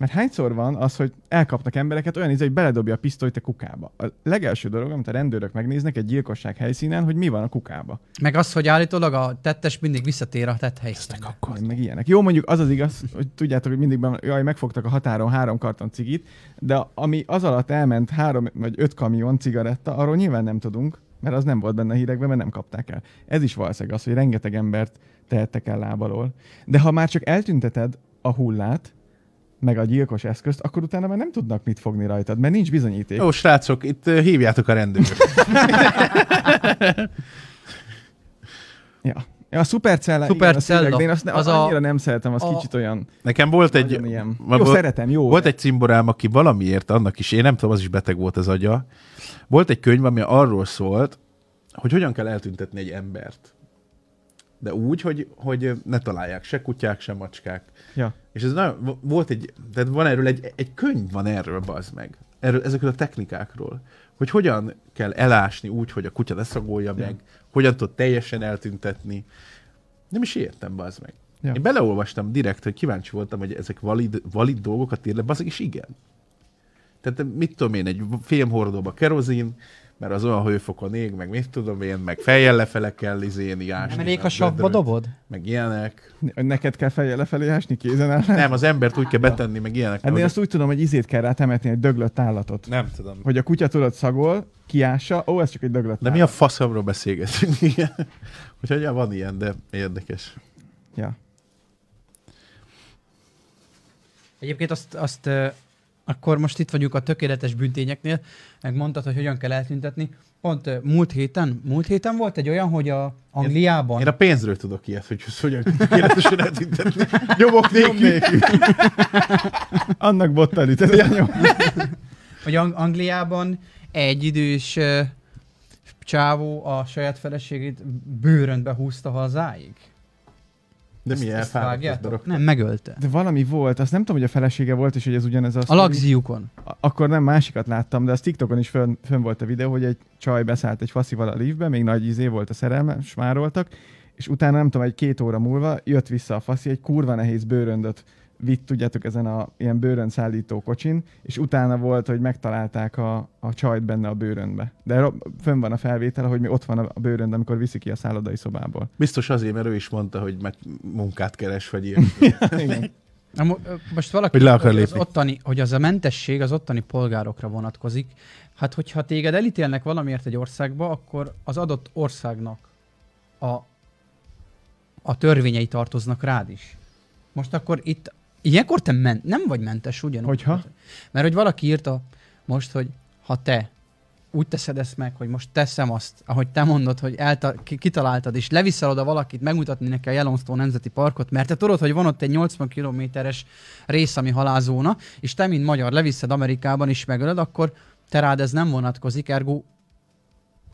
S3: Mert hányszor van az, hogy elkapnak embereket olyan íz, hogy beledobja a pisztolyt a kukába. A legelső dolog, amit a rendőrök megnéznek egy gyilkosság helyszínen, hogy mi van a kukába.
S4: Meg az, hogy állítólag a tettes mindig visszatér a tett helyszínre.
S3: Akkor meg ilyenek. Jó, mondjuk az az igaz, hogy tudjátok, hogy mindig ben, jaj, megfogtak a határon három karton cigit, de ami az alatt elment három vagy öt kamion cigaretta, arról nyilván nem tudunk, mert az nem volt benne a hírekben, mert nem kapták el. Ez is valószínűleg az, hogy rengeteg embert tehettek el lábalól. De ha már csak eltünteted a hullát, meg a gyilkos eszközt, akkor utána már nem tudnak mit fogni rajtad, mert nincs bizonyíték.
S1: Jó, srácok, itt ö, hívjátok a rendőrt.
S3: Ja. ja a szupercella,
S4: Supercella.
S3: igen, az, én azt ne,
S4: Az
S3: az
S4: a-
S3: annyira nem szeretem, az
S4: a-
S3: a, kicsit olyan,
S1: Nekem volt egy...
S3: nagyon ilyen.
S1: ma-
S3: Jó,
S1: volt-
S3: szeretem, jó.
S1: Volt egy cimborám, aki valamiért annak is, én nem tudom, az is beteg volt az agya. Volt egy könyv, ami arról szólt, hogy hogyan kell eltüntetni egy embert. De úgy, hogy, hogy ne találják se kutyák, se macskák.
S3: Ja.
S1: És ez nagyon, vo- volt egy, tehát van erről egy, egy könyv van erről, bazd meg. Erről, ezekről a technikákról. Hogy hogyan kell elásni úgy, hogy a kutya ne szagolja
S3: Ja.
S1: meg, hogyan tud teljesen eltüntetni. Nem is értem, bazd meg.
S3: Ja.
S1: Én beleolvastam direkt, hogy kíváncsi voltam, hogy ezek valid, valid dolgokat ír le, bazd meg, és igen. Tehát mit tudom én, egy fémhordóba kerozin, mert az olyan hőfokon ég, meg mit tudom én, meg fejjel lefele kell izéni, ásni.
S4: Nem elég,
S1: meg
S4: ha savba
S1: gödröt,
S4: dobod?
S1: Meg ilyenek.
S3: Neked kell fejjel lefelé ásni kézen áll.
S1: Nem, az embert úgy kell betenni, meg ilyenek.
S3: Hát
S1: hogy-
S3: én azt úgy tudom, hogy izét kell rá temetni, egy döglött állatot.
S1: Nem tudom.
S3: Hogy a kutya tudod szagol, kiássa, ó, ez csak egy döglött
S1: De mi a faszomról beszélgetünk? Igen. Úgyhogy ja, van ilyen, de érdekes.
S3: Ja.
S4: Egyébként azt, azt ö, akkor most itt vagyunk a tökéletes büntényeknél, meg mondtad, hogy hogyan kell eltüntetni. Pont ö, múlt héten, múlt héten volt egy olyan, hogy a Angliában...
S1: Én a pénzről tudok ilyet, hogy ezt hogyan tökéletesen eltüntetni. Nyomok nélkül.
S3: Annak bottal ütöd. Ja.
S4: hogy Ang- Angliában egy idős ö, csávó a saját feleségét bőrönbe húzta hazáig.
S1: De mi
S4: Ezt
S1: elfáradt
S4: vágjátok?
S1: ez darab.
S4: Nem, megölte.
S3: De valami volt, azt nem tudom, hogy a felesége volt, és hogy ez ugyanez az.
S4: A lagziukon.
S3: A- Akkor nem másikat láttam, de az TikTokon is fönn, fönn volt a videó, hogy egy csaj beszállt egy faszival a liftbe, még nagy izé volt a szerelme, smároltak, és utána nem tudom, egy két óra múlva jött vissza a faszi, egy kurva nehéz bőröndöt vitt, tudjátok, ezen a ilyen bőrönszállító kocsin, és utána volt, hogy megtalálták a, a csajt benne a bőrönbe. De ro- fönn van a felvétel, hogy mi ott van a a bőrönd, amikor viszi ki a szállodai szobából.
S1: Biztos azért, mert ő is mondta, hogy meg munkát keres, vagy ilyen.
S3: Igen.
S4: Na, mo- ö, most valaki,
S1: Hogy le akar
S4: az
S1: lépni.
S4: ottani, hogy az a mentesség az ottani polgárokra vonatkozik. Hát, hogyha téged elítélnek valamiért egy országba, akkor az adott országnak a, a törvényei tartoznak rád is. Most akkor itt, ilyenkor te men, nem vagy mentes ugyanúgy.
S3: Hogyha?
S4: Mert hogy valaki írta most, hogy ha te úgy teszed ezt meg, hogy most teszem azt, ahogy te mondod, hogy elta- ki- kitaláltad, és leviszel oda valakit megmutatni neki a Yellowstone Nemzeti Parkot, mert te tudod, hogy van ott egy 80 kilométeres rész, ami halázóna, és te, mint magyar, leviszed Amerikában is megölöd, akkor te rád ez nem vonatkozik, ergo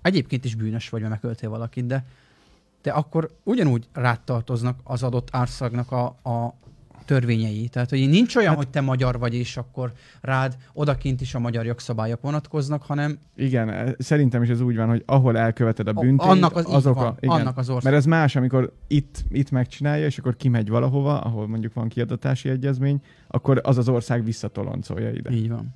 S4: egyébként is bűnös vagy, mert megöltél valakit, de, de akkor ugyanúgy rád tartoznak az adott árszagnak a, a törvényei. Tehát, hogy nincs olyan, hát, hogy te magyar vagy, és akkor rád odakint is a magyar jogszabályok vonatkoznak, hanem
S3: Igen, eh, szerintem is ez úgy van, hogy ahol elköveted a
S4: A-
S3: büntényt,
S4: annak az így
S3: azok
S4: van,
S3: a, igen,
S4: annak az ország.
S3: Mert ez más, amikor itt, itt megcsinálja, és akkor kimegy valahova, ahol mondjuk van kiadatási egyezmény, akkor az az ország visszatoloncolja ide.
S4: így van.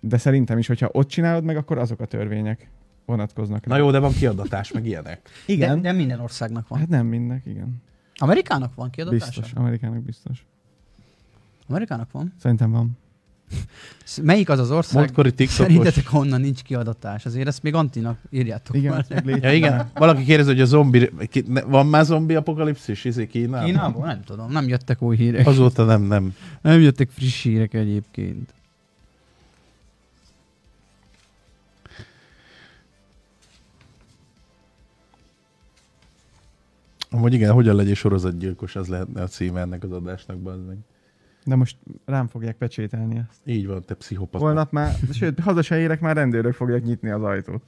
S3: De szerintem is, hogyha ott csinálod meg, akkor azok a törvények vonatkoznak. rá.
S1: Na jó, de van kiadatás, meg ilyenek.
S3: igen.
S4: De, de minden országnak van.
S3: Hát nem mindnek, igen.
S4: Amerikának van kiadatása?
S3: Biztos, Amerikának biztos.
S4: Amerikának van.
S3: Szerintem van.
S4: Sz- Melyik az az ország?
S1: Múltkori TikTokos.
S4: Szerintetek honnan nincs kiadatás? Azért ezt még Antinak írjátok
S3: Igen,
S4: már.
S3: azt meg légy-
S1: Ja, igen. Valaki kérdezi, hogy a zombi... ki- ne- Van már zombi apokalipszis? Izé Kínában?
S4: Kínából? Nem tudom, nem jöttek új hírek.
S1: Azóta nem, nem.
S4: Nem jöttek friss hírek egyébként.
S1: Amúgy igen, hogyan legyél sorozatgyilkos, az lehetne a címe ennek az adásnak, bazd meg.
S3: De most rám fogják pecsételni ezt.
S1: Így van, te pszichopata.
S3: Holnap már, sőt, haza se érek, már rendőrök fogják nyitni az ajtót.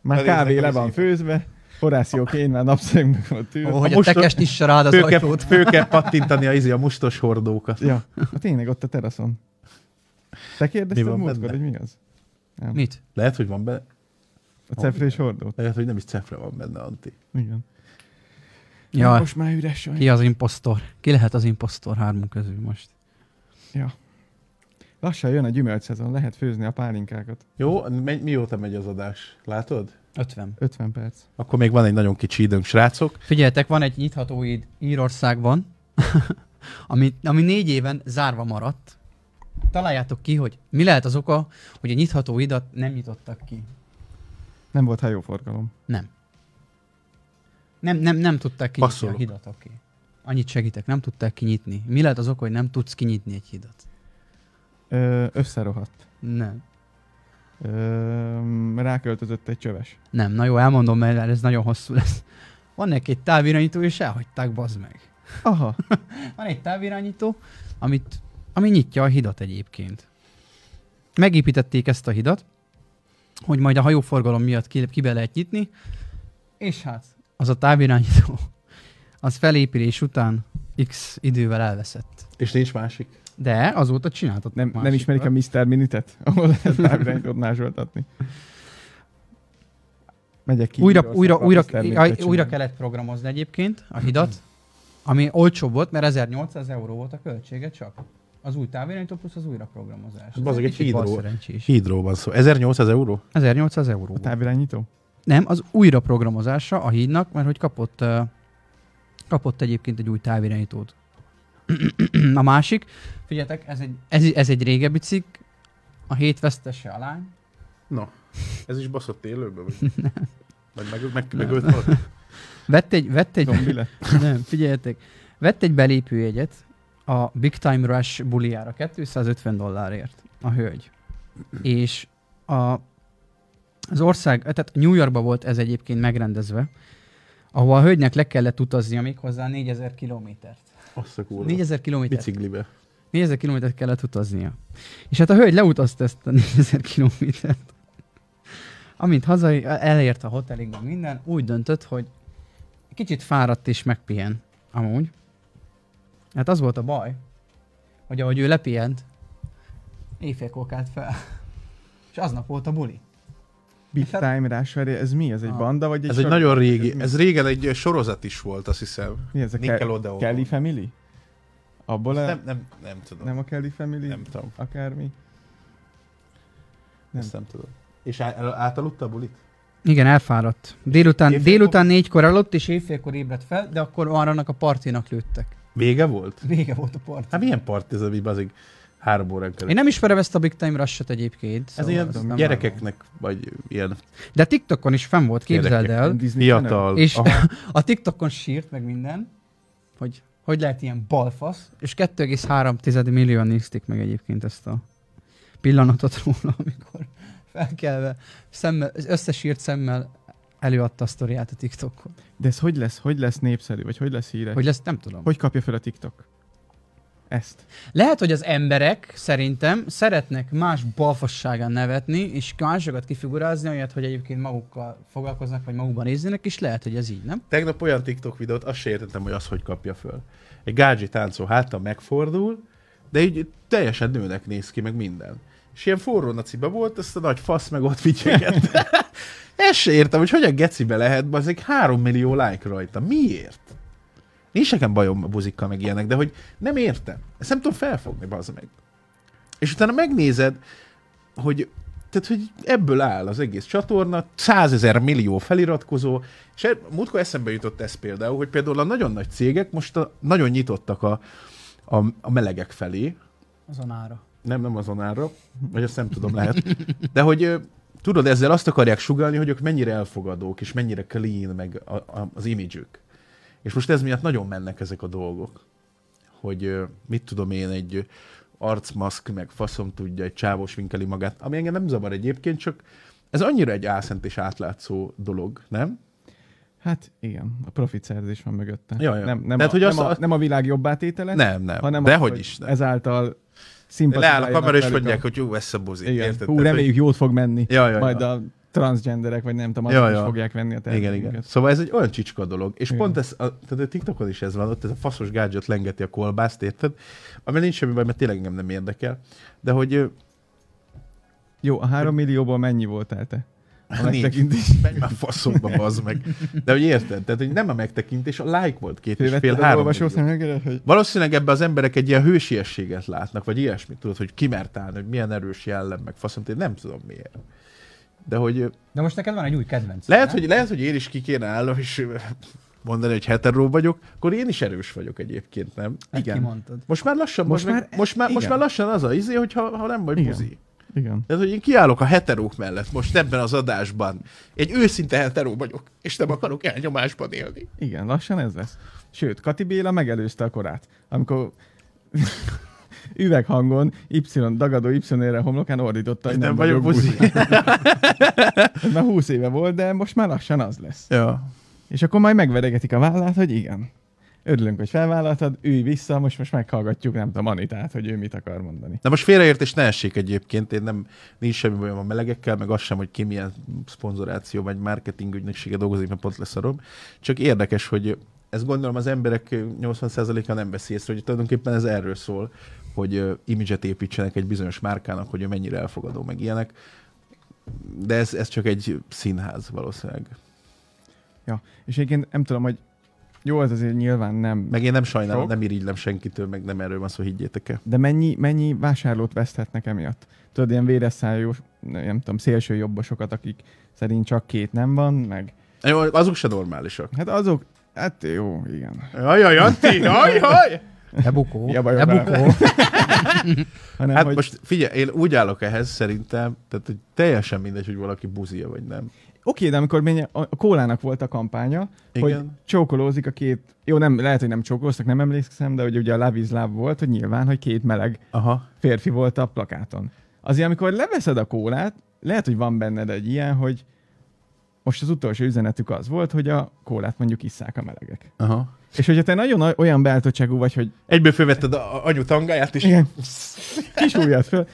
S3: Már
S1: Elérnek
S3: kávé
S1: az
S3: le van
S1: éjt.
S3: főzve, Horáció Kén már napszemben volt tűz.
S4: Hogy a
S1: most a-
S4: tekes nyissa rád az
S1: Fő kell,
S4: ajtót.
S1: fő kell pattintani a, izi, a mustos hordókat.
S3: Ja, hát tényleg ott a teraszon. Te
S1: Mi
S3: kérdezted
S1: van
S3: múltkor,
S1: benne?
S3: hogy mi az? Nem.
S4: Mit?
S1: Lehet, hogy van benne,
S3: A cefrés hordót.
S1: lehet, hogy nem is cefre van benne, Anti.
S3: Igen.
S4: Ja,
S3: Most már üres vagy.
S4: ki az imposztor? Ki lehet az imposztor hármunk közül most?
S3: Lassan jön a gyümölcs szezon, lehet főzni a pálinkákat.
S1: Jó, mi- mióta megy az adás? Látod?
S4: 50.
S3: 50 perc.
S1: Akkor még van egy nagyon kicsi időnk, srácok.
S4: Figyeljetek, van egy nyitható íd Írországban, ami, ami négy éven zárva maradt. Találjátok ki, hogy mi lehet az oka, hogy a nyitható idat nem nyitottak ki.
S3: Nem volt hajóforgalom.
S4: Nem. Nem, nem, nem tudták kinyitni
S1: Passzolok.
S4: a hidat, oké. Annyit segítek, nem tudták kinyitni. Mi lehet az oka, hogy nem tudsz kinyitni egy hidat?
S3: Ö, összerohadt.
S4: Nem.
S3: Ö, ráköltözött egy csöves.
S4: Nem, na jó, elmondom, mert ez nagyon hosszú lesz. Van neki egy távirányító, és elhagyták, bazd meg.
S3: Aha,
S4: Van egy távirányító, amit, ami nyitja a hidat egyébként. Megépítették ezt a hidat, hogy majd a hajóforgalom miatt ki, ki be lehet nyitni, és hát az a távirányító, az felépülés után x idővel elveszett.
S1: És nincs másik.
S4: De azóta csináltat.
S3: nem, nem ismerik a Mr. Minitet, ahol lehet távirányítót másoltatni. Megyek ki.
S4: újra,
S3: Írországba,
S4: újra,
S3: a
S4: újra,
S3: Mr. Minitet
S4: újra,
S3: csinálni.
S4: újra kellett programozni egyébként a hidat, ami olcsóbb volt, mert 1800 euró volt a költsége csak. Az új távirányító plusz az újraprogramozás. Ez
S1: Hát bazeg, egy
S4: kicsit
S1: hídról.
S4: balszerencsés.
S1: Hídról van szó. 1800 euró?
S4: 1800 euró.
S3: A
S4: volt.
S3: távirányító?
S4: Nem, az újraprogramozása a hídnak, mert hogy kapott, ö, kapott egyébként egy új távirányítót. a másik, figyeljetek, ez egy, ez, ez egy régebbi cikk, a hét vesztese a lány.
S1: Na, ez is baszott élőben? Vagy? Vagy meg, meg, megölt valaki?
S4: Vett egy, vett egy,
S3: Zombi lett.
S4: nem, figyeljetek, vett egy belépőjegyet a Big Time Rush buliára 250 dollárért a hölgy. És a, az ország, tehát New Yorkba volt ez egyébként megrendezve, ahol a hölgynek le kellett utaznia méghozzá 4000 kilométert.
S1: Azt a kurva.
S4: 4000 kilométert.
S1: Biciklibe.
S4: 4000 kilométert kellett utaznia. És hát a hölgy leutazta ezt a 4000 kilométert. Amint haza elért a hotelig, meg minden, úgy döntött, hogy kicsit fáradt és megpihen. Amúgy. Hát az volt a baj, hogy ahogy ő lepihent, éjfélkor kelt fel. És aznap volt a buli.
S3: Big
S4: Hát-
S3: Time Rush, ez mi? Ez egy
S4: Ah.
S3: banda, vagy egy
S1: Ez egy
S3: sorozat?
S1: nagyon régi,
S3: mi?
S1: ez régen egy ö, sorozat is volt, azt hiszem.
S3: Mi ez a Ke-
S1: Nickelodeon.
S3: Kelly Family? Abból
S1: Nem,
S3: a... Nem,
S1: nem, nem tudom. Nem,
S3: nem a Kelly Family?
S1: nem tudom.
S3: Akármi?
S1: Nem. Ezt nem tudom. És á- el- átaludta a bulit?
S4: Igen, elfáradt. Délután,
S1: Éjfélkor?
S4: délután négykor aludt, és éjfélkor ébredt fel, de akkor már annak a partinak lőttek.
S1: Vége volt?
S4: Vége volt a parti.
S1: Hát milyen part ez, ami bazig három órán
S4: Én
S1: kerül?
S4: nem ismerem ezt a Big Time Rush-ot egyébként.
S1: Ez
S4: szóval azt
S1: ilyen
S4: nem
S1: gyerekeknek, vagy ilyen
S4: vágom. De TikTokon is fenn volt, képzeld
S1: Gyerekeknek.
S4: el.
S3: Disney Channel?
S1: fiatal.
S4: És
S1: Aha.
S4: a TikTokon sírt meg minden, hogy hogy lehet ilyen balfasz, és 2,3 millióan nézték meg egyébként ezt a pillanatot róla, amikor felkelve szemmel, az összesírt szemmel előadta a sztoriát a TikTokon.
S3: De ez hogy lesz? Hogy lesz népszerű? Vagy hogy lesz híres? Hogy,
S4: Hogy ezt nem tudom.
S3: hogy kapja fel a TikTok? Ezt.
S4: Lehet, hogy az emberek szerintem szeretnek más balfasságán nevetni, és másokat kifigurázni, olyat, hogy egyébként magukkal foglalkoznak, vagy magukban néznének, és lehet, hogy ez így, nem?
S1: Tegnap olyan TikTok videót, azt se értettem, hogy az hogy kapja föl. Egy gágyi táncol hátra megfordul, de így teljesen nőnek néz ki, meg minden. És ilyen forró naciba volt, ezt a nagy fasz meg ott vigyegette. Ezt se értem, hogy hogyan gecibe lehet, az egy három millió like rajta. Miért? Nincs nekem bajom a buzikkal meg ilyenek, de hogy nem értem. Ezt nem tudom felfogni, bazd meg. És utána megnézed, hogy tehát, hogy ebből áll az egész csatorna, százezer millió feliratkozó, és e- múltkor eszembe jutott ez például, hogy például a nagyon nagy cégek most a, nagyon nyitottak a, a, a melegek felé,
S4: Azonára.
S1: nem, nem azonára, vagy azt nem tudom, lehet, de hogy ö, tudod, ezzel azt akarják sugalni, hogy ők mennyire elfogadók, és mennyire clean, meg a, a, az imidzsük. És most ez miatt nagyon mennek ezek a dolgok, hogy ö, mit tudom én, egy ö, arcmaszk, meg faszom tudja, egy csávós vinkeli magát, ami engem nem zavar egyébként, csak ez annyira egy álszent és átlátszó dolog, nem?
S3: Hát igen, a profit szerzés van mögötte.
S1: Ja, ja.
S3: Nem, nem,
S1: Tehát,
S3: Tehát, a,
S1: hogy
S3: hogy
S1: azt-
S3: nem, a,
S1: azt-
S3: nem a világ jobbátétele,
S1: Nem, nem.
S3: hanem az,
S1: Dehogy is nem.
S3: ezáltal
S1: Leáll a
S3: szimpatizáljanak
S1: kamera, és
S3: velük
S1: mondják, hogy jó, vesz a buzi.
S3: Igen.
S1: Érted?
S3: Hú,
S1: Tehát, hogy-
S3: reméljük jót fog menni.
S1: Ja, ja, ja.
S3: Majd a transgenderek, vagy nem tudom,
S1: Ja,
S3: ja, is
S1: ja.
S3: fogják venni a
S1: Igen, igen.
S3: termékünket.
S1: Szóval ez egy olyan csicska dolog, és
S3: Igen.
S1: pont ez, a, tehát a TikTokon is ez van, ott ez a faszos gádgyot lengeti a kolbászt, érted? Ami nincs semmi baj, mert tényleg engem nem érdekel, de hogy ö,
S3: Jó, a három millióból mennyi voltál te? A
S1: Nincs.
S3: megtekintés.
S1: Menj már faszomba, bazd meg. De hogy érted? Tehát, hogy nem a megtekintés, a like volt két és fél,
S3: Félvetted az
S1: három.
S3: olvasó
S1: millió.
S3: szemüvegedet, hogy
S1: Valószínűleg ebbe az emberek egy ilyen hősiességet látnak, vagy ilyesmit, tudod, hogy kimertálni, hogy milyen erős jellem, meg faszom, én nem tudom miért. De hogy ö,
S4: De most neked van egy új kedvenc.
S1: lehet, hogy, lehet, hogy én is ki kéne állnom, és ö, mondani, hogy heteró vagyok, akkor én is erős vagyok egyébként, nem? Igen.
S4: Kimondtad.
S1: Most már lassan, most,
S3: Most
S1: meg,
S3: már-
S1: most, már, most
S3: igen.
S1: már lassan az a izé, hogy ha, ha nem vagy
S3: Igen.
S1: buzi.
S3: igen.
S1: Tehát, hogy én kiállok a heterók mellett most ebben az adásban. Egy őszinte heteró vagyok, és nem akarok elnyomásban élni.
S3: Igen, lassan ez lesz. Sőt, Kati Béla megelőzte a korát, amikor üveghangon Y, dagadó Y-ére homlokán ordította, hogy
S1: Nem, nem vagyok buzi.
S3: Ez már 20 éve volt, de most már lassan az lesz.
S1: Ja.
S3: És akkor majd megveregetik a vállát, hogy igen. Örülünk, hogy felvállaltad, ülj vissza, most most meghallgatjuk, nem tudom, Anitát, hogy ő mit akar mondani.
S1: Na most félreértés ne essék egyébként, én nem, nincs semmi bajom a melegekkel, meg az sem, hogy ki milyen szponzoráció vagy marketing ügynöksége dolgozik, mert pont leszarom. Csak érdekes, hogy ezt gondolom az emberek 80%-a nem veszi észre, hogy tulajdonképpen ez erről szól, hogy ö, imidzset építsenek egy bizonyos márkának, hogy ő mennyire elfogadó, meg ilyenek. De ez, ez csak egy színház valószínűleg.
S3: És egyébként nem tudom, hogy jó, ez azért nyilván nem...
S1: Meg én nem sajnálom,
S3: Sok.
S1: nem irigylem senkitől, meg nem erről van szó, higgyétek el.
S3: De mennyi, mennyi vásárlót veszthetnek emiatt? Tudod, ilyen véresszájú, nem tudom, szélső jobbosokat, akik szerint csak két nem van, meg...
S1: Jó, Azok se normálisak.
S3: Hát azok... Hát jó, igen.
S1: Ajaj, Antti, ajaj!
S4: Ebukó.
S3: Mi a bajod
S4: Ebukó.
S3: vele? Hanem,
S1: Hát
S3: hogy...
S1: most figyelj, én úgy állok ehhez szerintem, tehát hogy teljesen mindegy, hogy valaki buzia vagy nem.
S3: Oké, de amikor mennyi, a a kólának volt a kampánya, Igen. hogy
S1: Igen.
S3: csókolózik a két... Jó, nem, lehet, hogy nem csókolóztak, nem emlékszem, de hogy ugye a Love is Love volt, hogy nyilván, hogy két meleg
S1: Aha.
S3: férfi volt a plakáton. Azért, amikor leveszed a kólát, lehet, hogy van benned egy ilyen, hogy most az utolsó üzenetük az volt, hogy a kólát mondjuk isszák a melegek.
S1: Aha.
S3: És hogyha te nagyon o- olyan beálltottságú vagy, hogy
S1: Egyből fölvetted a a anyu tangáját is.
S3: igen, kis ujjad föl,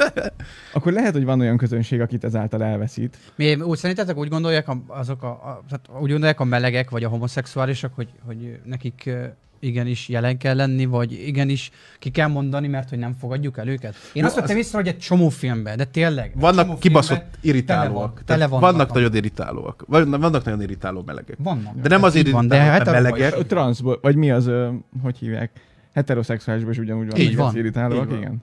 S3: akkor lehet, hogy van olyan közönség, akit ezáltal elveszít.
S4: Mi, úgy szerintetek úgy gondolják a, azok a, a, tehát úgy gondolják a melegek vagy a homoszexuálisok, hogy, hogy nekik ö, igenis jelen kell lenni, vagy igenis ki kell mondani, mert hogy nem fogadjuk el őket? Én
S1: Jó,
S4: azt vettem észre, hogy egy csomó filmben, de tényleg. egy csomó
S1: Vannak kibaszott
S4: filmben
S1: irritálóak.
S4: Tele, van,
S1: Tehát
S4: tele van,
S1: vannak nagyon irritálóak. Vannak, vannak nagyon irritáló melegek.
S4: Vannak.
S1: De nem
S4: Ez
S1: azért
S4: így van, de
S1: irritálnak
S4: hát
S1: a melegek.
S3: A transzból, vagy mi az, ö, hogy hívják, heteroszexuálisban is ugyanúgy van,
S4: Így
S3: hogy
S4: van.
S3: az irritálóak,
S1: Így van.
S3: igen.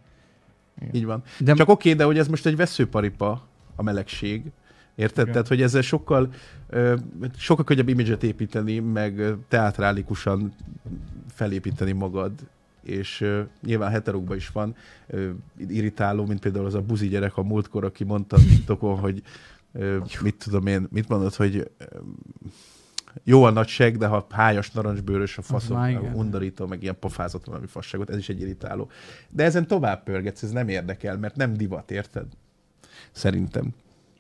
S1: Így van.
S4: De
S1: Csak oké, de hogy ez most egy veszőparipa, a melegség. Érted?
S3: Igen.
S1: Tehát, hogy ezzel sokkal, ö, sokkal könnyebb imidzset építeni, meg ö, teatrálikusan felépíteni magad, és ö, nyilván heterokban is van ö, irritáló, mint például az a buzi gyerek a múltkor, aki mondta a TikTokon, hogy ö, mit tudom én, mit mondod, hogy ö, jó a nagyság, de ha hájas narancsbőrös a faszom,
S4: már
S1: meg
S4: igen.
S1: undorító, meg ilyen pofázott valami fasságot, ez is egy irritáló. De ezen tovább pörgetsz, ez nem érdekel, mert nem divat, érted? Szerintem.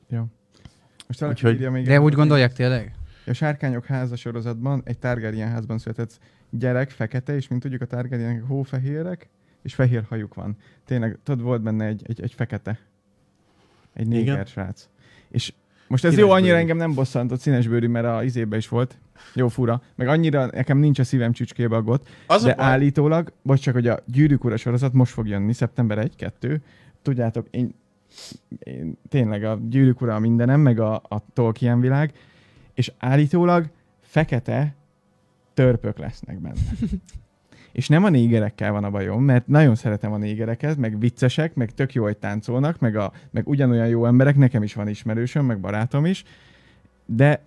S3: Ja. Most valaki
S1: Úgyhogy-
S3: írja még
S4: De úgy gondolják tényleg?
S3: A sárkányok háza sorozatban egy Targaryen házban született gyerek fekete, és mint tudjuk a Targaryenek hófehérek, és fehér hajuk van. Tényleg, tudod, volt benne egy, egy, egy fekete. Egy
S1: Igen.
S3: néger srác. És most ez
S1: Színes
S3: jó, annyira
S1: bőrű.
S3: engem nem bosszantott színesbőrű, mert a izébe is volt. Jó fura. Meg annyira nekem nincs a szívem csücskébe a got,
S1: Az
S3: de
S1: a baj-
S3: állítólag, vagy csak, hogy a Gyűrűk Ura sorozat most fog jönni, szeptember 1-2. Tudjátok, én, én tényleg a Gyűrűk Ura a mindenem, meg a, a Tolkien világ, és állítólag fekete törpök lesznek benne. És nem a négerekkel van a bajom, mert nagyon szeretem a négereket, meg viccesek, meg tök jó, hogy táncolnak, meg, a, meg ugyanolyan jó emberek, nekem is van ismerősöm, meg barátom is, de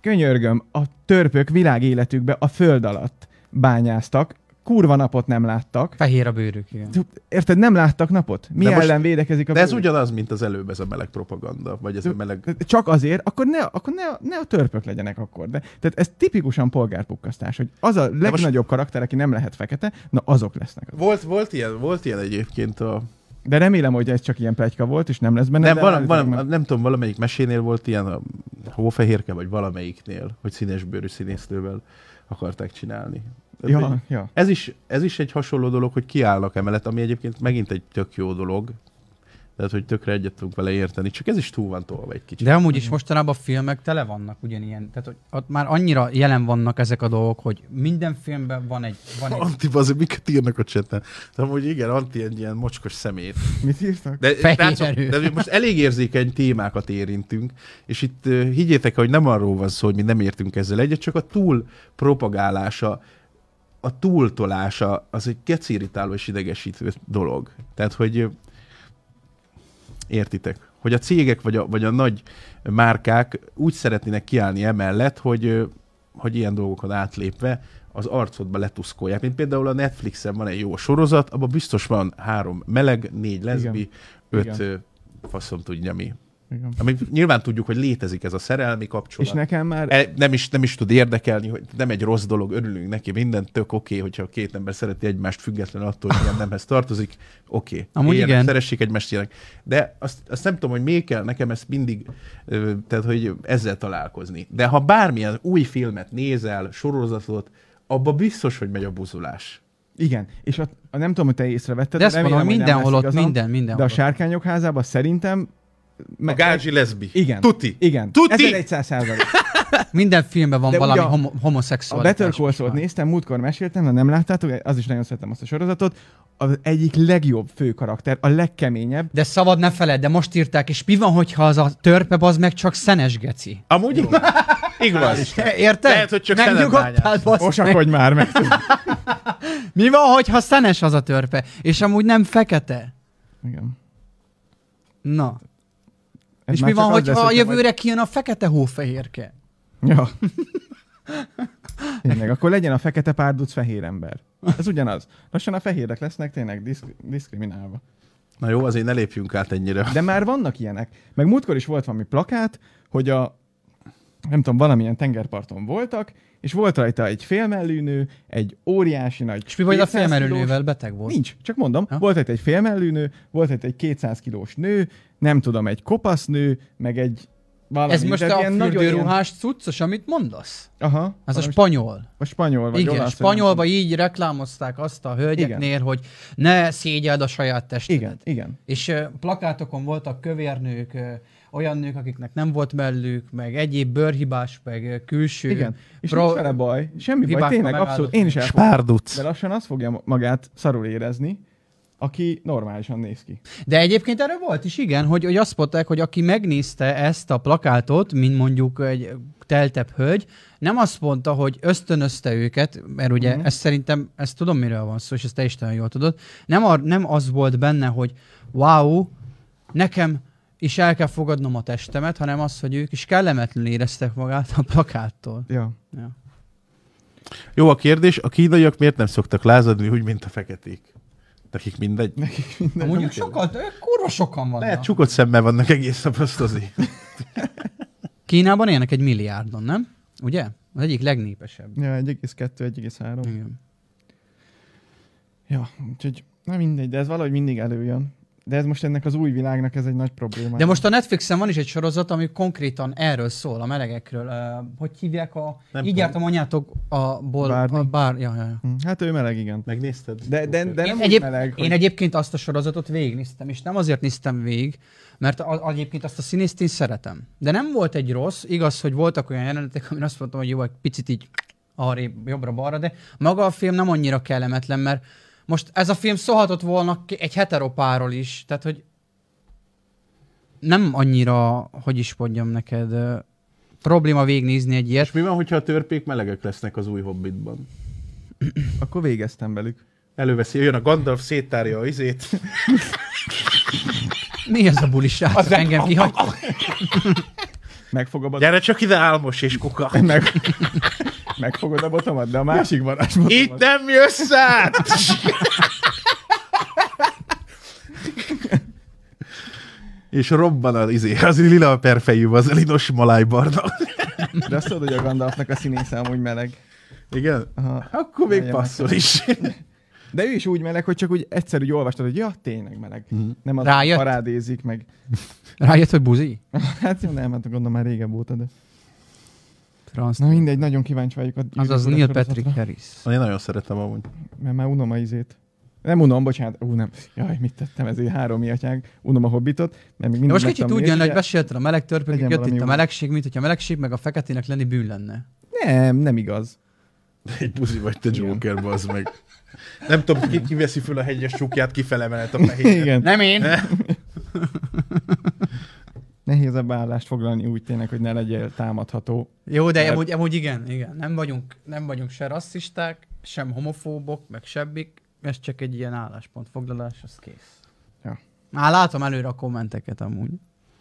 S3: könyörgöm, a törpök világéletükbe a föld alatt bányáztak, kurva napot nem láttak.
S4: Fehér a bőrük, igen.
S3: Érted, nem láttak napot? Mi
S1: De most-
S3: ellen védekezik a
S1: De ez
S3: bőrük?
S1: ugyanaz, mint az előbb ez a meleg propaganda, vagy ez a meleg...
S3: Csak azért, akkor ne, akkor ne, a- ne a törpök legyenek akkor. De, tehát ez tipikusan polgárpukkasztás, hogy az a legnagyobb karakter, aki nem lehet fekete, na azok lesznek. azok.
S1: Volt, volt, ilyen, volt ilyen egyébként a...
S3: De remélem, hogy ez csak ilyen plegyka volt, és nem lesz benne.
S1: Nem,
S3: de
S1: van,
S3: állítólag
S1: van,
S3: nem.
S1: nem tudom, valamelyik mesénél volt ilyen a hófehérke, vagy valamelyiknél, hogy színesbőrű színésznővel akarták csinálni. Tehát, hogy
S3: Ja, ja.
S1: Ez is, ez is egy hasonló dolog, hogy kiállnak emellett, ami egyébként megint egy tök jó dolog. Tehát, hogy tökre egyet tudunk vele érteni. Csak ez is túl van tolva egy kicsit.
S4: De amúgy
S3: Mm.
S4: is mostanában a filmek tele vannak ugyanilyen. Tehát, hogy ott már annyira jelen vannak ezek a dolgok, hogy minden filmben van egy... Van egy
S1: Anti, bazd, miket írnak a cseten? De amúgy igen, Anti egy ilyen mocskos szemét.
S3: Mit írtak?
S1: De,
S4: Fehér
S1: látszom,
S4: erő.
S1: de mi most elég érzékeny témákat érintünk, és itt ö, higgyétek, el, hogy nem arról van szó, hogy mi nem értünk ezzel egyet, csak a túl propagálása, a túltolása az egy kecirritáló és idegesítő dolog. Tehát, hogy ö, értitek, hogy a cégek vagy a, vagy a nagy márkák úgy szeretnének kiállni emellett, hogy, ö, hogy ilyen dolgokon átlépve az arcodba letuszkolják. Mint például a Netflixen van egy jó sorozat, abban biztos van három meleg, négy leszbi,
S3: Igen.
S1: öt
S3: Igen.
S1: ö, faszom tudja mi.
S3: Igen.
S1: Ami nyilván tudjuk, hogy létezik ez a szerelmi kapcsolat.
S3: És nekem már...
S1: E- nem, is, nem is tud érdekelni, hogy nem egy rossz dolog, örülünk neki, minden tök oké, okay, hogyha a két ember szereti egymást függetlenül attól, hogy ilyen nemhez tartozik, oké. Okay.
S4: Amúgy
S1: Éljenek,
S4: igen.
S1: Szeressék egymást ilyenek. De azt, azt nem tudom, hogy miért kell nekem ezt mindig, ö, tehát hogy ezzel találkozni. De ha bármilyen új filmet nézel, sorozatot, abba biztos, hogy megy a buzulás.
S3: Igen, és a, a, nem tudom, hogy te észrevetted,
S4: de ezt
S3: remélem,
S4: mondom,
S3: hogy nem
S4: mindenhol
S3: lesz
S4: ott,
S3: igazam,
S4: minden, mindenhol
S3: De a
S4: ott.
S3: sárkányok házában szerintem...
S1: A gázsi leszbi.
S3: Igen.
S1: Tuti.
S3: Igen.
S1: Tuti!
S3: 1100 százalék.
S4: Minden filmben van
S3: De
S4: valami
S3: ugye a-
S4: homo-
S1: Szóval
S3: A
S4: homoszexuális.
S3: Better Call Saul-t néztem, múltkor meséltem, ha nem láttátok, az is nagyon szeretem azt a sorozatot. Az egyik legjobb fő karakter, a legkeményebb.
S4: De szabad ne feled, de most írták, és mi van, hogyha az a törpe az meg csak szenes geci?
S1: Amúgy igaz. igaz.
S4: Érted?
S1: Lehet, hogy csak
S4: Megnyugodtál,
S1: szenet
S4: bassz meg.
S3: Osakodj már meg!
S4: Mi van, hogyha szenes az a törpe, és amúgy nem fekete?
S3: Igen.
S4: Na.
S3: Ez
S4: és
S3: már
S4: mi
S3: csak
S4: van,
S3: az lesz,
S4: hogyha a
S3: hogyha
S4: jövőre kijön a fekete hófehérke?
S3: Majd... Ja. Tényleg, akkor legyen a fekete párduc fehér ember. Ez ugyanaz. Lassan a fehérek lesznek tényleg diszk- diszkriminálva.
S1: Na jó, azért ne lépjünk át ennyire.
S3: De már vannak ilyenek. Meg múltkor is volt valami plakát, hogy a nem tudom, valamilyen tengerparton voltak, és volt rajta egy félmellű nő, egy óriási nagy...
S4: És mi vagy a
S3: 200 kilós-
S4: felmerülővel beteg volt?
S3: Nincs, csak mondom,
S4: Ha?
S3: ha? volt itt egy félmellű nő, volt itt egy 200 kilós nő, nem tudom, egy kopasz nő, meg egy valami...
S4: Ez most
S3: de
S4: a
S3: ilyen nagyon ilyen-
S4: fürdőruhás cuccos, amit mondasz?
S3: Aha.
S4: Az a
S3: valami-
S4: spanyol.
S3: a spanyol vagy
S4: Igen,
S3: olasz, vagy nem
S4: spanyolba így reklámozták azt a hölgyeknél, hogy ne szégyeld a saját
S3: tudom.
S4: testedet.
S3: Igen, igen.
S4: És ö, plakátokon voltak kövérnők, ö, olyan nők, akiknek nem volt mellük, meg egyéb bőrhibás, meg ö, külső.
S3: Igen. És
S4: Pro-
S3: Pro... nincs vele baj. Semmi
S4: hibákkal
S3: baj, tényleg,
S4: megáldott.
S3: abszolút. Én is elfogom.
S1: Spárduc.
S3: De lassan azt fogja magát szarul érezni, aki normálisan néz ki.
S4: De egyébként erre volt is, igen, hogy, hogy azt mondták, hogy aki megnézte ezt a plakátot, mint mondjuk egy teltebb hölgy, nem azt mondta, hogy ösztönözte őket, mert ugye uh-huh. ez szerintem, ezt tudom miről van szó, és ezt te is nagyon jól tudod, nem, ar, nem az volt benne, hogy wow, nekem is el kell fogadnom a testemet, hanem az, hogy ők is kellemetlenül éreztek magát a plakáttól.
S3: Ja.
S4: Ja.
S1: Jó a kérdés, a kínaiak miért nem szoktak lázadni úgy, mint a feketék? Nekik mindegy.
S4: Amúgy ők sokkal, ők kurva sokan vannak.
S1: Lehet csukott szemmel vannak egész nap azt azért.
S4: Kínában élnek egy milliárdon, nem? Ugye? Az egyik legnépesebb.
S3: ja, 1,2, 1,3.
S4: Igen.
S3: Ja, úgyhogy na mindegy, de ez valahogy mindig előjön. De ez most ennek az új világnak ez egy nagy probléma.
S4: De most a Netflixen van is egy sorozat, ami konkrétan erről szól, a melegekről. Ö, hogy hívják a...
S1: Nem
S4: Nem így
S1: tudom.
S4: jártam anyátok a bol...
S3: Bárni?
S4: A bár... ja, ja, ja.
S3: Hm, Hát ő meleg, igen.
S1: Megnézted?
S3: De, de, de nem
S4: Én,
S3: úgy
S4: egyéb...
S3: meleg, hogy...
S4: Én egyébként azt a sorozatot végignéztem, és nem azért néztem végig, mert a, egyébként azt a színészt én szeretem. De nem volt egy rossz, igaz, hogy voltak olyan jelenetek, amin azt mondtam, hogy jó, egy picit így arrébb, jobbra-balra, de maga a film nem annyira kellemetlen, mert most ez a film szólhatott volna ki- egy heteropáról is, tehát hogy nem annyira, hogy is mondjam neked, ö, probléma végignézni egy ilyet.
S1: És mi van, hogyha a törpék melegek lesznek az új hobbitban?
S3: Akkor végeztem velük.
S1: Előveszi, jön a Gandalf, széttárja a izét.
S4: Mi ez a bulisrác? Engem kihagy.
S3: Megfogom a...
S1: Gyere csak ide, álmos és kuka!
S3: Meg... Megfogod a botomat, de a másik varázs botomat.
S1: Itt nem jössz át! és robban az izé, az lila perfejű, az linos malájbarna.
S3: De azt tudod, hogy a Gandalfnak a színész amúgy meleg.
S1: Igen?
S3: Aha.
S1: Akkor még
S3: Nagyon
S1: passzol is.
S3: De ő is úgy meleg, hogy csak úgy egyszer úgy olvastad, hogy ja, tényleg meleg.
S1: Mhm.
S3: Mm. Nem az
S4: Rájött?
S3: parádézik meg.
S4: Rájött, hogy buzi?
S3: Hát jó, nem, hát gondolom már régebb óta, de...
S4: Franz.
S3: Na mindegy, nagyon kíváncsi vagyok a
S4: Azaz
S3: Júri
S4: Neil
S3: Buda
S4: Patrick
S3: sorozatra,
S4: Harris.
S1: Én nagyon szeretem amúgy.
S3: Mert már unom a izét. Nem unom, bocsánat, ú, nem. Jaj, mit tettem, ez így három iatyák. Unom a hobbitot, mert még
S4: De
S3: mindig
S4: most
S3: meg
S4: kicsit
S3: tudom
S4: úgy jön,
S3: nézni,
S4: hogy besélted a meleg törpökig,
S3: Legyen
S4: jött itt
S3: valami
S4: a
S3: jó.
S4: melegség, mint hogyha a melegség meg a feketének lenni bűn lenne.
S3: Nem, nem igaz.
S1: Egy buzi vagy te
S3: Igen.
S1: Joker, bazd meg. Nem tudom, ki, ki veszi föl a hegyes csukját, kifele menet a fehér.
S3: Igen.
S4: Nem én!
S3: Nehéz ebbe állást foglalni úgy tényleg, hogy ne legyél támadható.
S4: Jó, de
S3: Mert-
S4: amúgy, amúgy igen, igen. Nem vagyunk, nem vagyunk se rasszisták, sem homofóbok, meg sebbik. Ez csak egy ilyen álláspontfoglalás, az kész.
S3: Ja.
S4: Már látom előre a kommenteket amúgy.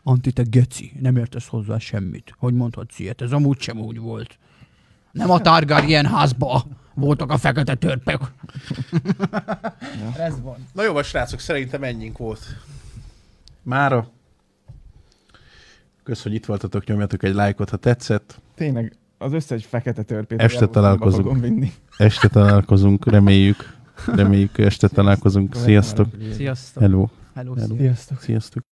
S4: Anti, te geci, nem értesz hozzá semmit. Hogy mondhatsz ilyet? Ez amúgy sem úgy volt. Nem a Targaryen házba voltak a fekete törpök.
S3: Ja.
S4: Ez van.
S1: Na jó, van, srácok, szerintem ennyink volt. Mára. Kösz, hogy itt voltatok, nyomjatok egy lájkot, ha tetszett.
S3: Tényleg az összes fekete törpét.
S1: Este
S3: a Jaroszlámba
S1: találkozunk.
S3: fogom vinni.
S1: Este találkozunk, reméljük. Reméljük, este találkozunk. Sziasztok.
S4: Sziasztok.
S1: Hello.
S4: Hello,
S1: Hello.
S4: szia.
S3: Sziasztok.
S1: Sziasztok.